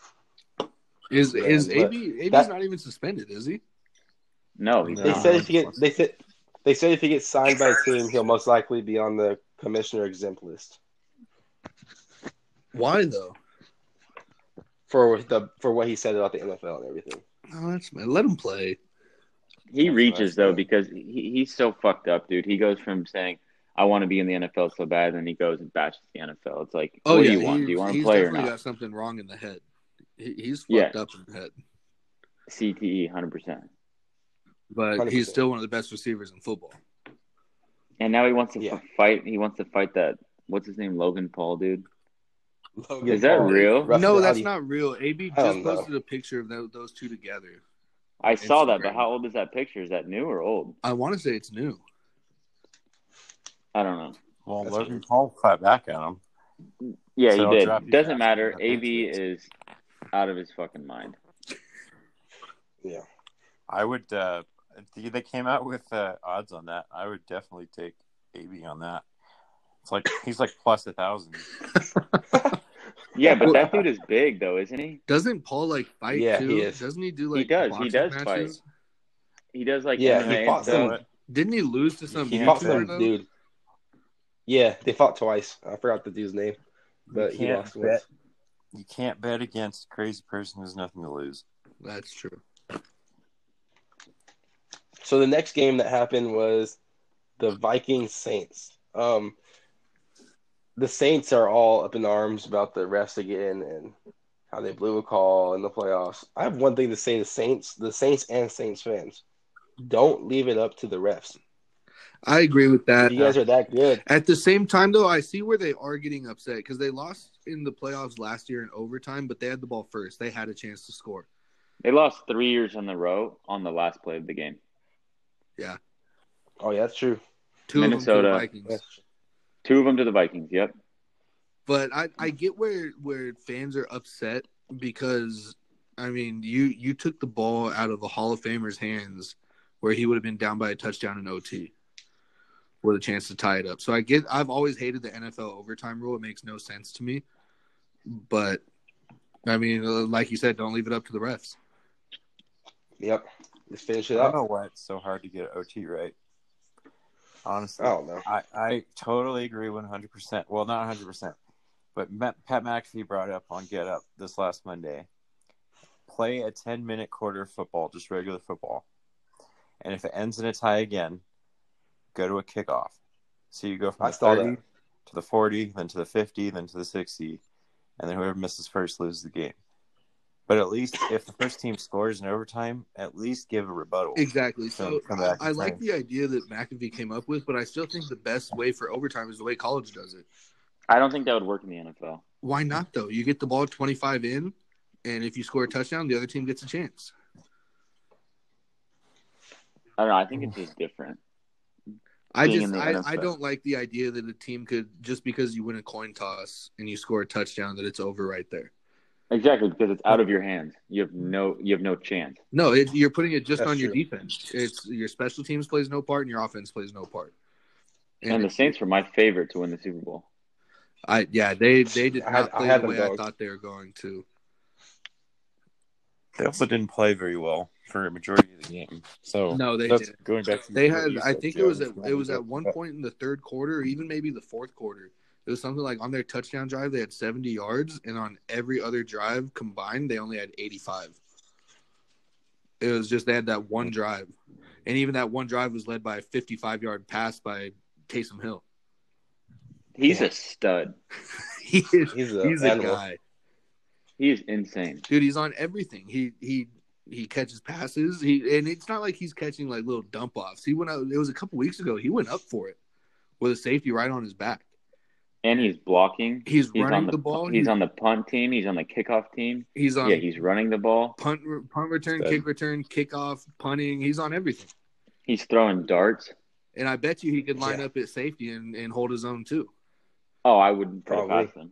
[SPEAKER 4] Is
[SPEAKER 1] Yeah,
[SPEAKER 4] is
[SPEAKER 1] but
[SPEAKER 4] AB AB's
[SPEAKER 1] that-
[SPEAKER 4] not even suspended, is he?
[SPEAKER 2] No, he's
[SPEAKER 3] No.
[SPEAKER 1] they
[SPEAKER 2] not.
[SPEAKER 1] said if he get they said they said if he gets signed by a team, he'll most likely be on the commissioner exempt list
[SPEAKER 4] Why though?
[SPEAKER 1] for the for what he said about the NFL and everything.
[SPEAKER 4] No, that's man. Let him play.
[SPEAKER 2] He
[SPEAKER 3] That's
[SPEAKER 2] reaches
[SPEAKER 3] what I
[SPEAKER 2] though
[SPEAKER 3] said.
[SPEAKER 2] because he, he's so fucked up, dude. He goes from saying, "I want to be in the NFL so bad," and then he goes and bashes the NFL. It's like, what do you want? Do you want to
[SPEAKER 4] Oh, he's
[SPEAKER 2] play or
[SPEAKER 4] definitely
[SPEAKER 2] not?
[SPEAKER 4] got something wrong in the head. He, he's
[SPEAKER 2] Yeah.
[SPEAKER 4] fucked up in the head,
[SPEAKER 2] CTE, E, hundred percent.
[SPEAKER 4] but
[SPEAKER 1] 100%.
[SPEAKER 4] he's still one of the best receivers in football.
[SPEAKER 2] And now he wants to
[SPEAKER 1] Yeah.
[SPEAKER 2] f- fight. He wants to fight that. What's his name? Logan Paul, dude.
[SPEAKER 1] Logan
[SPEAKER 2] Is that
[SPEAKER 1] Paul,
[SPEAKER 2] real?
[SPEAKER 1] Rough
[SPEAKER 4] no,
[SPEAKER 1] and
[SPEAKER 4] that's
[SPEAKER 1] rowdy.
[SPEAKER 4] not real. AB
[SPEAKER 1] I
[SPEAKER 4] just
[SPEAKER 1] don't know.
[SPEAKER 4] posted a picture of tho- those two together.
[SPEAKER 2] I saw that,
[SPEAKER 4] Instagram.
[SPEAKER 2] but how old is that picture? Is that new or old?
[SPEAKER 4] I want to say it's new.
[SPEAKER 2] I don't know.
[SPEAKER 3] Well,
[SPEAKER 1] That's
[SPEAKER 3] Logan
[SPEAKER 1] weird.
[SPEAKER 3] Paul clapped back at him.
[SPEAKER 2] Yeah,
[SPEAKER 3] So I'll
[SPEAKER 2] he
[SPEAKER 3] drop
[SPEAKER 2] did.
[SPEAKER 3] you
[SPEAKER 2] Doesn't
[SPEAKER 3] back
[SPEAKER 2] matter.
[SPEAKER 3] to the
[SPEAKER 2] AB
[SPEAKER 3] Patriots.
[SPEAKER 2] is out of his fucking mind.
[SPEAKER 1] Yeah.
[SPEAKER 3] I would. Uh, if they came out with uh, odds on that. I would definitely take AB on that. It's like he's like plus a thousand.
[SPEAKER 2] Yeah, but
[SPEAKER 4] Well-
[SPEAKER 2] that dude is big though, isn't he?
[SPEAKER 4] Doesn't Paul like fight
[SPEAKER 1] Yeah,
[SPEAKER 4] too?
[SPEAKER 1] he is.
[SPEAKER 4] Doesn't he do like
[SPEAKER 2] does. He
[SPEAKER 4] boxing
[SPEAKER 2] does
[SPEAKER 4] matches?
[SPEAKER 2] He does like
[SPEAKER 1] Yeah,
[SPEAKER 2] MMA
[SPEAKER 1] he
[SPEAKER 2] and
[SPEAKER 1] fought
[SPEAKER 2] stuff.
[SPEAKER 1] some
[SPEAKER 4] Didn't he lose to some
[SPEAKER 3] He
[SPEAKER 1] he
[SPEAKER 3] Yeah,
[SPEAKER 1] fought
[SPEAKER 3] sure.
[SPEAKER 1] some
[SPEAKER 4] YouTuber though?
[SPEAKER 1] dude. Yeah, they fought twice. I forgot the dude's name, but he
[SPEAKER 3] can't
[SPEAKER 1] lost once.
[SPEAKER 3] You can't bet against a crazy person who has nothing to lose.
[SPEAKER 4] That's true.
[SPEAKER 1] So the next game that happened was the Vikings Saints. Um, the Saints are all up in arms about the refs again and how they blew a call in the playoffs. I have one thing to say to Saints, the Saints and Saints fans: don't leave it up to the refs.
[SPEAKER 4] I agree with that.
[SPEAKER 1] If you guys are that good,
[SPEAKER 4] At the same time, though, I see where they are getting upset because they lost in the playoffs last year in overtime, but they had the ball first. They had a chance to score.
[SPEAKER 2] They lost three years in a row on the last play of the game.
[SPEAKER 1] oh yeah, that's true.
[SPEAKER 4] Two of
[SPEAKER 2] Minnesota.
[SPEAKER 4] them to the Vikings.
[SPEAKER 1] That's true.
[SPEAKER 2] Two of them to the Vikings. Yep.
[SPEAKER 4] But I,
[SPEAKER 3] Mm.
[SPEAKER 4] I get where where fans are upset because I mean you you took the ball out of a Hall of Famer's hands where he would have been down by a touchdown in OT with a chance to tie it up. So I get I've always hated the NFL overtime rule. It makes no sense to me. But I mean, uh, like you said, don't leave it up to the refs.
[SPEAKER 1] Yep, let's finish
[SPEAKER 3] I
[SPEAKER 1] it
[SPEAKER 3] don't
[SPEAKER 1] up.
[SPEAKER 3] know why it's so hard to get OT right. Honestly,
[SPEAKER 1] I don't know.
[SPEAKER 3] I, I totally agree 100%. Well, not 100%, but Matt, Pat McAfee brought up on Get Up this last Monday play a 10 minute quarter of football, just regular football. And if it ends in a tie again, go to a kickoff. So you go from
[SPEAKER 1] I
[SPEAKER 3] the
[SPEAKER 1] saw
[SPEAKER 3] 30
[SPEAKER 1] that.
[SPEAKER 3] to the 40, then to the 50, then to the 60, and then whoever misses first loses the game. But at least if the first team scores in overtime, at least give a rebuttal.
[SPEAKER 4] Exactly. So
[SPEAKER 3] Come back
[SPEAKER 4] I
[SPEAKER 3] and
[SPEAKER 4] like
[SPEAKER 3] play.
[SPEAKER 4] the idea that McAfee came up with, but I still think the best way for overtime is the way college does it.
[SPEAKER 2] I don't think that would work in the NFL.
[SPEAKER 4] Why not though? You get the ball 25 in, and if you score a touchdown, the other team gets a chance.
[SPEAKER 2] I don't know. I think it's just different.
[SPEAKER 4] I
[SPEAKER 2] Being
[SPEAKER 4] just
[SPEAKER 2] in the
[SPEAKER 4] I, I
[SPEAKER 2] NFL.
[SPEAKER 4] don't like the idea that a team could just because you win a coin toss and you score a touchdown that it's over right there.
[SPEAKER 2] Exactly because it's out of your hands. You have no. You have no chance.
[SPEAKER 4] No, it, you're putting it just
[SPEAKER 1] That's
[SPEAKER 4] on your
[SPEAKER 1] true.
[SPEAKER 4] defense. It's your special teams plays no part and your offense plays no part.
[SPEAKER 2] And the Saints were my favorite to win the Super Bowl.
[SPEAKER 4] I yeah, they they did
[SPEAKER 1] I
[SPEAKER 4] not
[SPEAKER 1] had- I
[SPEAKER 4] play
[SPEAKER 1] had
[SPEAKER 4] the
[SPEAKER 1] them
[SPEAKER 4] way I
[SPEAKER 1] dogged.
[SPEAKER 4] thought they were going to.
[SPEAKER 3] They also didn't play very well for a majority of the game. So
[SPEAKER 4] No, they
[SPEAKER 3] that's
[SPEAKER 4] didn't.
[SPEAKER 3] going back. To
[SPEAKER 4] They
[SPEAKER 3] what
[SPEAKER 4] had
[SPEAKER 3] you
[SPEAKER 4] I
[SPEAKER 3] said,
[SPEAKER 4] think it
[SPEAKER 3] Joe,
[SPEAKER 4] was
[SPEAKER 3] it's
[SPEAKER 4] at
[SPEAKER 3] not
[SPEAKER 4] it was at
[SPEAKER 3] about-
[SPEAKER 4] one point in the third quarter, or even maybe the fourth quarter. It was something like on their touchdown drive they had 70 yards, and on every other drive combined they only had 85. It was just they had that one drive, and even that one drive was led by a 55 yard pass by Taysom Hill. <laughs>
[SPEAKER 2] He's a stud.
[SPEAKER 4] he is
[SPEAKER 1] He's a,
[SPEAKER 4] he's a
[SPEAKER 1] animal.
[SPEAKER 4] guy,
[SPEAKER 2] He is insane.
[SPEAKER 4] dude. He's on everything. He he he catches passes. He and it's not like he's catching like little dump offs. He went out. It was a couple weeks ago. He went up for it with a safety right on his back.
[SPEAKER 2] And he's blocking.
[SPEAKER 4] He's,
[SPEAKER 2] He's
[SPEAKER 4] running
[SPEAKER 2] on
[SPEAKER 4] the,
[SPEAKER 2] the,
[SPEAKER 4] ball.
[SPEAKER 2] He's on the punt team. He's on the kickoff team.
[SPEAKER 4] He's on
[SPEAKER 2] Yeah, he's running the ball.
[SPEAKER 4] punt, re- punt return,
[SPEAKER 3] Stud.
[SPEAKER 4] kick return, kickoff, punting. He's on everything.
[SPEAKER 2] He's throwing darts.
[SPEAKER 4] And I bet you he could line
[SPEAKER 1] Yeah.
[SPEAKER 4] up at safety and, and hold his own too.
[SPEAKER 2] Oh, I wouldn't put it
[SPEAKER 1] Probably.
[SPEAKER 2] past him.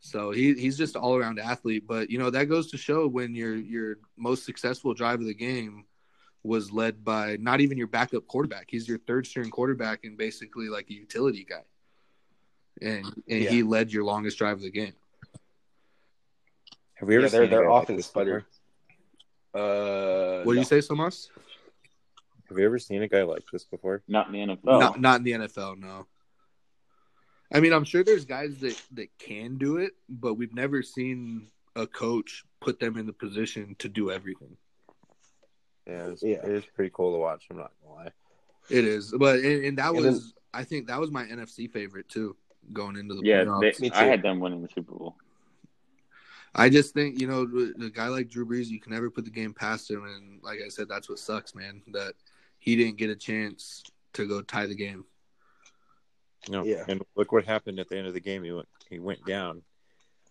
[SPEAKER 4] So he, he's just all around athlete. But you know that goes to show when your your most successful drive of the game was led by not even your backup quarterback. He's your third string quarterback and basically like a utility guy. And and he led your longest drive of the game.
[SPEAKER 3] Have we ever
[SPEAKER 1] Yeah, their
[SPEAKER 3] seen a
[SPEAKER 1] their
[SPEAKER 3] guy like
[SPEAKER 1] offense
[SPEAKER 3] this
[SPEAKER 1] sputtered.
[SPEAKER 3] before?
[SPEAKER 1] Uh,
[SPEAKER 4] What do
[SPEAKER 1] no.
[SPEAKER 4] you say, Samas?
[SPEAKER 3] Have we ever seen a guy like this before?
[SPEAKER 2] Not in the NFL.
[SPEAKER 4] Not not in the NFL, no. I mean, I'm sure there's guys that that can do it, but we've never seen a coach put them in the position to do everything.
[SPEAKER 3] Yeah, it was,
[SPEAKER 1] Yeah.
[SPEAKER 3] it was pretty cool to watch. I'm not gonna lie.
[SPEAKER 4] It is, but and, and that
[SPEAKER 1] And
[SPEAKER 4] was I think that was my NFC favorite too going into the
[SPEAKER 2] yeah,
[SPEAKER 4] playoffs.
[SPEAKER 2] they,
[SPEAKER 1] me
[SPEAKER 2] I
[SPEAKER 1] too.
[SPEAKER 2] had them winning the Super Bowl.
[SPEAKER 4] I just think you know a guy like Drew Brees, you can never put the game past him, and like I said, that's what sucks, man. That he didn't get a chance to go tie the game.
[SPEAKER 3] No,
[SPEAKER 1] Yeah.
[SPEAKER 3] and look what happened at the end of the game. He went, he went down,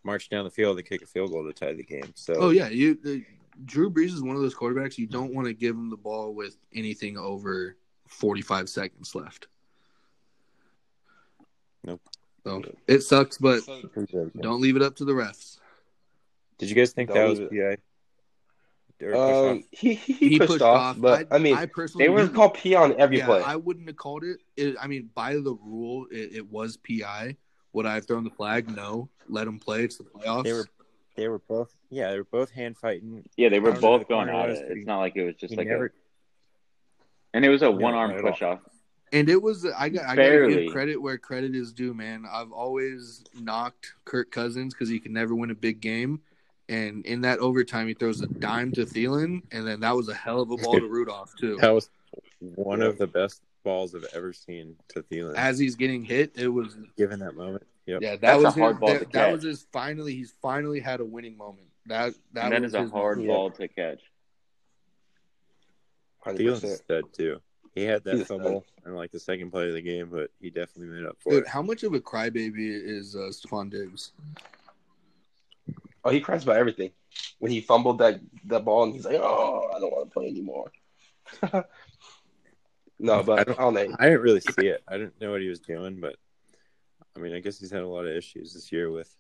[SPEAKER 3] marched down the field, and kicked a field goal to tie the game. So
[SPEAKER 4] Oh yeah, you the, Drew Brees is one of those quarterbacks you don't want to give him the ball with anything over forty five seconds left.
[SPEAKER 3] Nope.
[SPEAKER 4] So it sucks, but
[SPEAKER 3] Did
[SPEAKER 4] don't leave it up to the refs.
[SPEAKER 3] you guys think that
[SPEAKER 1] Don't
[SPEAKER 3] was
[SPEAKER 1] leave
[SPEAKER 3] PI? Or push
[SPEAKER 1] Um,
[SPEAKER 3] off?
[SPEAKER 1] he, he, he, pushed, off, but I, mean,
[SPEAKER 4] personally
[SPEAKER 1] they were
[SPEAKER 4] wouldn't-
[SPEAKER 1] called P on every
[SPEAKER 4] yeah,
[SPEAKER 1] play.
[SPEAKER 4] I wouldn't have called it. it. I mean, by the rule, it, it was PI. Would I have thrown the flag? No. Let him play. It's the playoffs.
[SPEAKER 3] They were, they were both. Yeah, they were both hand fighting.
[SPEAKER 2] Yeah, they
[SPEAKER 3] I
[SPEAKER 2] were
[SPEAKER 3] don't know
[SPEAKER 2] both
[SPEAKER 3] the
[SPEAKER 2] going
[SPEAKER 3] corner
[SPEAKER 2] at
[SPEAKER 3] was,
[SPEAKER 2] it.
[SPEAKER 3] but he-
[SPEAKER 2] It's not like it was just
[SPEAKER 3] He
[SPEAKER 2] like
[SPEAKER 3] never,
[SPEAKER 2] a. And it was a
[SPEAKER 3] not
[SPEAKER 2] one arm
[SPEAKER 3] at all.
[SPEAKER 2] push off.
[SPEAKER 4] And it was I got I gotta
[SPEAKER 2] Barely.
[SPEAKER 4] give credit where credit is due, man. I've always knocked Kirk Cousins because he can never win a big game. And in that overtime, he throws a dime to Thielen, and then that was a hell of a ball to Rudolph too.
[SPEAKER 3] That was one
[SPEAKER 1] Yeah.
[SPEAKER 3] of the best balls I've ever seen to Thielen.
[SPEAKER 4] As he's getting hit, it was
[SPEAKER 3] given that moment, yep.
[SPEAKER 4] yeah, that
[SPEAKER 2] That's a
[SPEAKER 4] was his-
[SPEAKER 2] hard ball
[SPEAKER 4] that,
[SPEAKER 2] to
[SPEAKER 4] that
[SPEAKER 2] catch.
[SPEAKER 4] was his finally he's finally had a winning moment. That that,
[SPEAKER 2] and that
[SPEAKER 4] was
[SPEAKER 2] is a
[SPEAKER 4] his-
[SPEAKER 2] hard
[SPEAKER 1] Yeah.
[SPEAKER 2] ball to catch.
[SPEAKER 1] 100%.
[SPEAKER 3] Thielen's a stud too. He had
[SPEAKER 1] He's
[SPEAKER 3] that
[SPEAKER 1] a stud.
[SPEAKER 3] fumble in like the second play of the game, but he definitely made up for
[SPEAKER 4] Dude,
[SPEAKER 3] it.
[SPEAKER 4] how much of a crybaby is uh, Stephon Diggs?
[SPEAKER 1] Oh, he cries about everything. When he fumbled that, that ball and he's like, oh, I don't want to play anymore. <laughs> no, but I
[SPEAKER 3] I
[SPEAKER 1] don't,
[SPEAKER 3] don't-
[SPEAKER 1] know.
[SPEAKER 3] I didn't really see it. I didn't know what he was doing, but I mean, I guess he's had a lot of issues this year with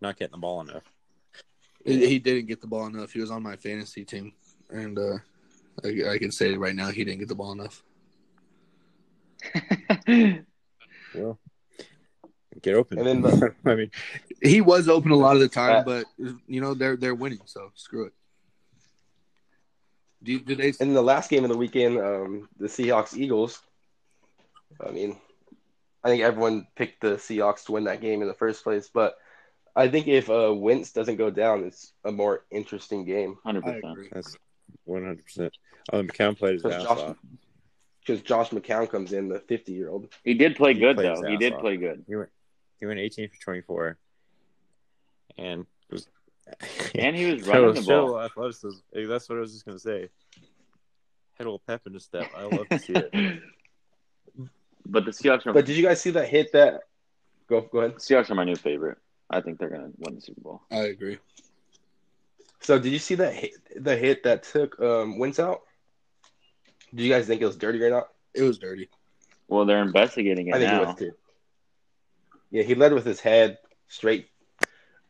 [SPEAKER 3] not getting the ball enough.
[SPEAKER 4] He he didn't get the ball enough. He was on my fantasy team, and uh, I, I can say right now he didn't get the ball enough.
[SPEAKER 3] Well, get open.
[SPEAKER 1] And then
[SPEAKER 3] <laughs>
[SPEAKER 1] the-
[SPEAKER 3] I mean,
[SPEAKER 4] He was open a lot of the time,
[SPEAKER 1] That-
[SPEAKER 4] but you know they're they're winning, so screw it. Do, do they?
[SPEAKER 1] In the last game of the weekend, um, the Seahawks Eagles, I mean, I think everyone picked the Seahawks to win that game in the first place, but I think if uh, Wentz doesn't go down, it's a more interesting game.
[SPEAKER 2] 100%.
[SPEAKER 3] that's one hundred percent. Oh, McCown played his
[SPEAKER 1] Because
[SPEAKER 3] ass
[SPEAKER 1] Josh,
[SPEAKER 3] off.
[SPEAKER 1] 'cause Josh McCown comes in, the 50 year old.
[SPEAKER 2] He did play
[SPEAKER 3] He
[SPEAKER 2] good,
[SPEAKER 3] played
[SPEAKER 2] though.
[SPEAKER 3] his
[SPEAKER 2] He
[SPEAKER 3] ass
[SPEAKER 2] did
[SPEAKER 3] off.
[SPEAKER 2] play good.
[SPEAKER 3] He went he went eighteen for twenty four, and was <laughs>
[SPEAKER 2] And he was
[SPEAKER 3] Show,
[SPEAKER 2] running the
[SPEAKER 3] show
[SPEAKER 2] ball.
[SPEAKER 3] athleticism. Hey, that's what I was just gonna say. Had a little pep in his step. I love to see it.
[SPEAKER 2] but the Seahawks are
[SPEAKER 1] But did you guys see that hit that? Go go ahead.
[SPEAKER 2] Seahawks are my new favorite. I think they're gonna win the Super Bowl.
[SPEAKER 4] I agree.
[SPEAKER 1] So did you see that hit, the hit that took um Wentz out? Do you guys think it was dirty or not?
[SPEAKER 4] It was dirty.
[SPEAKER 2] Well, they're investigating it
[SPEAKER 1] I think
[SPEAKER 2] now.
[SPEAKER 1] it was too. Yeah, he led with his head straight.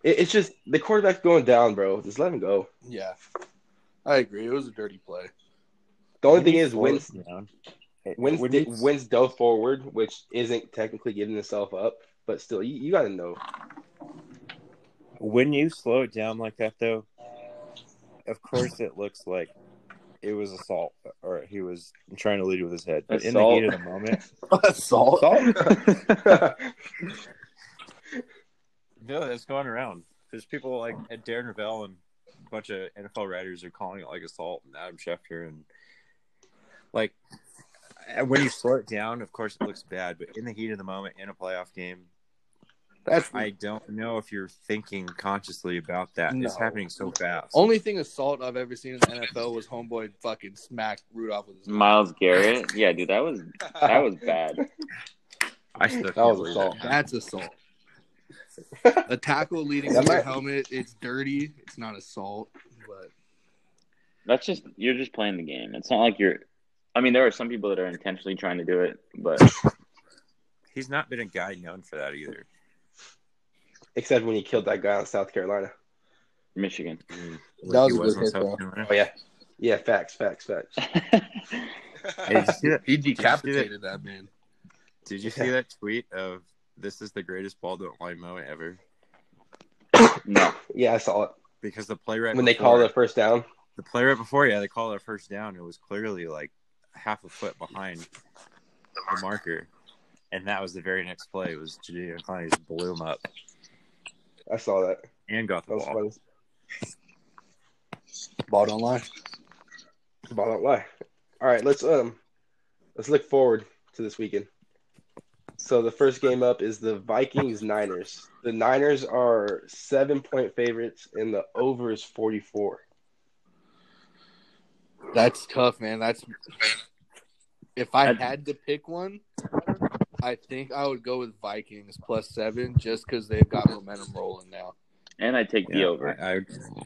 [SPEAKER 1] It, it's just the quarterback's going down, bro. Just let him go.
[SPEAKER 4] Yeah, I agree. It was a dirty play.
[SPEAKER 1] The <laughs> only thing is,
[SPEAKER 3] Forward
[SPEAKER 1] Wentz
[SPEAKER 3] down. Hey,
[SPEAKER 1] Wins,
[SPEAKER 3] when
[SPEAKER 1] did,
[SPEAKER 3] he's-
[SPEAKER 1] wins dove forward, which isn't technically giving himself up, but still, you, you got to know.
[SPEAKER 3] When you slow it down like that, though, of course it looks like it was assault, or he was trying to lead with his head. But
[SPEAKER 2] Assault.
[SPEAKER 3] in the heat of the moment,
[SPEAKER 4] Assault.
[SPEAKER 3] no, it's going around. There's people like at Darren Ravel and a bunch of NFL writers are calling it like assault, and Adam Schefter, and like and when you slow it down, of course it looks bad. But in the heat of the moment, in a playoff game,
[SPEAKER 4] That's
[SPEAKER 3] I don't know if you're thinking consciously about that. It's
[SPEAKER 4] No.
[SPEAKER 3] happening so fast.
[SPEAKER 4] only thing assault I've ever seen in the NFL was homeboy fucking smacked Rudolph with his.
[SPEAKER 2] Miles Garrett. Yeah, dude, that was that was bad.
[SPEAKER 3] I still can't
[SPEAKER 1] That was
[SPEAKER 3] believe
[SPEAKER 1] assault.
[SPEAKER 4] That's assault. a tackle leading
[SPEAKER 1] That
[SPEAKER 4] with your
[SPEAKER 1] might-
[SPEAKER 4] helmet. It's dirty. It's not assault, but
[SPEAKER 2] That's just you're just playing the game. It's not like you're. I mean, there are some people that are intentionally trying to do it, but
[SPEAKER 3] He's not been a guy known for that either.
[SPEAKER 1] Except when he killed that guy in South Carolina.
[SPEAKER 2] Michigan. <laughs>
[SPEAKER 4] That was
[SPEAKER 3] He
[SPEAKER 4] a good
[SPEAKER 3] wasn't
[SPEAKER 4] hit,
[SPEAKER 3] South
[SPEAKER 4] though.
[SPEAKER 3] Carolina.
[SPEAKER 1] Oh, yeah. Yeah, facts, facts, facts. Oh,
[SPEAKER 3] Hey, did, you see that,
[SPEAKER 4] he
[SPEAKER 3] decapitated
[SPEAKER 4] decapitated that man.
[SPEAKER 3] did you see that tweet of this is the greatest ball don't lie moment ever?
[SPEAKER 2] No,
[SPEAKER 1] Yeah, I saw it.
[SPEAKER 3] Because the play right
[SPEAKER 1] When they
[SPEAKER 3] before-
[SPEAKER 1] called it first down,
[SPEAKER 3] the play right before, yeah, they called it a first down. It was clearly like half a foot behind the marker, and that was the very next play. It was Jadea Klein just blew him up
[SPEAKER 1] I saw that.
[SPEAKER 3] and got
[SPEAKER 1] That
[SPEAKER 3] the
[SPEAKER 1] was
[SPEAKER 3] ball.
[SPEAKER 1] funny.
[SPEAKER 4] Ball don't lie.
[SPEAKER 1] Ball don't lie. All right, let's um, let's look forward to this weekend. So the first game up is the Vikings Niners. The Niners are seven point favorites, and the over is forty four.
[SPEAKER 4] That's tough, man. That's if I
[SPEAKER 2] I'd-
[SPEAKER 4] had to pick one, I think I would go with Vikings plus seven just because they've got momentum rolling now.
[SPEAKER 2] and I take the
[SPEAKER 3] Yeah,
[SPEAKER 2] over.
[SPEAKER 3] I, I, I take the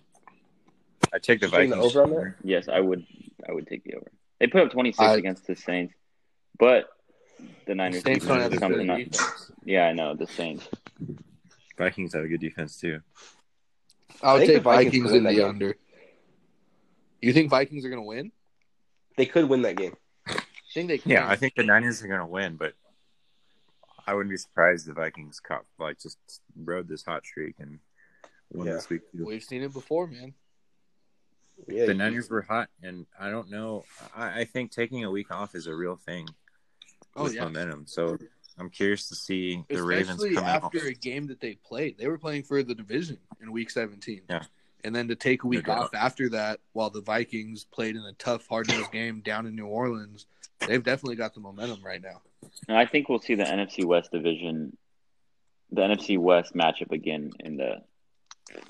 [SPEAKER 1] You taking
[SPEAKER 3] Vikings
[SPEAKER 1] the over on that?
[SPEAKER 2] Yes, I would. I would take the over. They put up 26
[SPEAKER 4] I-
[SPEAKER 2] against the Saints, but the Niners
[SPEAKER 4] Saints don't have
[SPEAKER 2] defense
[SPEAKER 4] as
[SPEAKER 2] is something.
[SPEAKER 4] good a
[SPEAKER 2] Not,
[SPEAKER 4] defense.
[SPEAKER 2] yeah, I know the Saints.
[SPEAKER 3] Vikings have a good defense too.
[SPEAKER 4] I
[SPEAKER 1] I
[SPEAKER 4] would
[SPEAKER 1] think
[SPEAKER 4] take
[SPEAKER 1] the Vikings
[SPEAKER 4] Vikings
[SPEAKER 1] win
[SPEAKER 4] in
[SPEAKER 1] that
[SPEAKER 4] the
[SPEAKER 1] game.
[SPEAKER 4] under. You think Vikings are gonna win?
[SPEAKER 1] They could win that game.
[SPEAKER 4] I think they can.
[SPEAKER 3] Yeah, I think the Niners are going to win, but I wouldn't be surprised the Vikings caught, like just rode this hot streak and won
[SPEAKER 1] Yeah.
[SPEAKER 3] this week. Too.
[SPEAKER 4] we've seen it before, man.
[SPEAKER 1] Yeah,
[SPEAKER 3] The Niners were hot, and I don't know. I, I think taking a week off is a real thing
[SPEAKER 4] Oh
[SPEAKER 3] with
[SPEAKER 4] yeah,
[SPEAKER 3] momentum. So I'm curious to see the Ravens
[SPEAKER 4] especially
[SPEAKER 3] come out.
[SPEAKER 4] after a game that they played. They were playing for the division in Week 17.
[SPEAKER 3] Yeah.
[SPEAKER 4] And then to take a
[SPEAKER 3] No
[SPEAKER 4] week
[SPEAKER 3] doubt.
[SPEAKER 4] off after that, while the Vikings played in a tough, hard nosed game down in New Orleans, they've definitely got the momentum right now.
[SPEAKER 2] And I think we'll see the NFC West division, the NFC West matchup again in the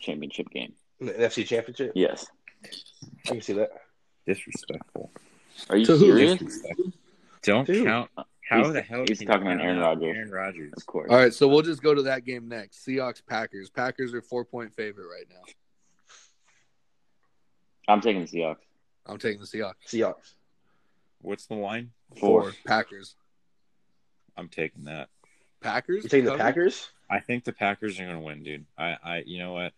[SPEAKER 2] championship game.
[SPEAKER 1] in the NFC Championship.
[SPEAKER 2] Yes.
[SPEAKER 1] I can see that.
[SPEAKER 3] Disrespectful.
[SPEAKER 2] Are you
[SPEAKER 4] To who?
[SPEAKER 2] serious?
[SPEAKER 3] Disrespectful. Don't
[SPEAKER 1] Dude.
[SPEAKER 3] count. How
[SPEAKER 2] He's-
[SPEAKER 3] the hell?
[SPEAKER 2] he's
[SPEAKER 3] can you
[SPEAKER 2] talking about
[SPEAKER 3] count
[SPEAKER 2] Aaron
[SPEAKER 3] out
[SPEAKER 2] Rodgers.
[SPEAKER 3] Aaron Rodgers.
[SPEAKER 2] Of course.
[SPEAKER 4] All right, so we'll just go to that game next. Seahawks Packers. Packers are four point favorite right now.
[SPEAKER 2] I'm taking the Seahawks.
[SPEAKER 4] I'm taking the Seahawks.
[SPEAKER 1] Seahawks.
[SPEAKER 3] What's the line?
[SPEAKER 2] Four.
[SPEAKER 4] Packers.
[SPEAKER 3] I'm taking that.
[SPEAKER 4] Packers?
[SPEAKER 1] You taking the
[SPEAKER 4] Cover?
[SPEAKER 1] Packers?
[SPEAKER 3] I think the Packers are going to win, dude. I, I, you know what?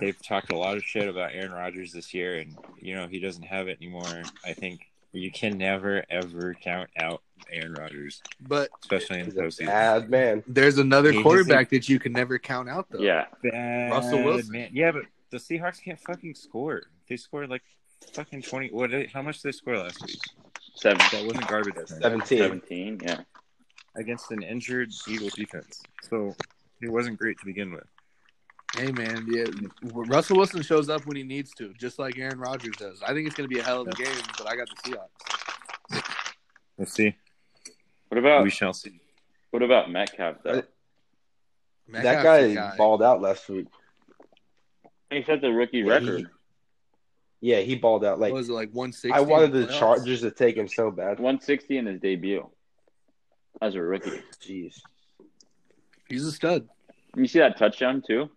[SPEAKER 3] They've talked a lot of shit about Aaron Rodgers this year, and you know he doesn't have it anymore. I think you can never ever count out Aaron Rodgers,
[SPEAKER 4] But
[SPEAKER 3] especially in
[SPEAKER 1] He's
[SPEAKER 3] the
[SPEAKER 1] a
[SPEAKER 3] postseason.
[SPEAKER 1] bad man.
[SPEAKER 4] there's another
[SPEAKER 3] He- he's
[SPEAKER 4] quarterback that you can never count out, though.
[SPEAKER 2] Yeah.
[SPEAKER 3] Bad
[SPEAKER 4] Russell Wilson.
[SPEAKER 3] man. Yeah, but the Seahawks can't fucking score. They scored like fucking twenty. What? How much did they score last week?
[SPEAKER 2] Seven.
[SPEAKER 3] That wasn't garbage time.
[SPEAKER 1] Seventeen.
[SPEAKER 2] 17. Yeah.
[SPEAKER 3] against an injured Eagle defense. So it wasn't great to begin with.
[SPEAKER 4] Hey man, yeah, Russell Wilson shows up when he needs to, just like Aaron Rodgers does. I think it's going to be a hell of a game, but I got the Seahawks.
[SPEAKER 3] We'll see.
[SPEAKER 2] What
[SPEAKER 4] Uh,
[SPEAKER 2] about
[SPEAKER 3] we shall see.
[SPEAKER 2] what about Metcalf though?
[SPEAKER 1] That guy balled out last week.
[SPEAKER 2] He set the rookie
[SPEAKER 1] Yeah, he-
[SPEAKER 2] record.
[SPEAKER 1] Yeah, he balled out. Like
[SPEAKER 4] Like, what was it like one sixty?
[SPEAKER 1] I wanted the Chargers to take him so bad.
[SPEAKER 2] 160 in his debut as a rookie.
[SPEAKER 1] Jeez.
[SPEAKER 4] He's a stud.
[SPEAKER 2] You see that touchdown too?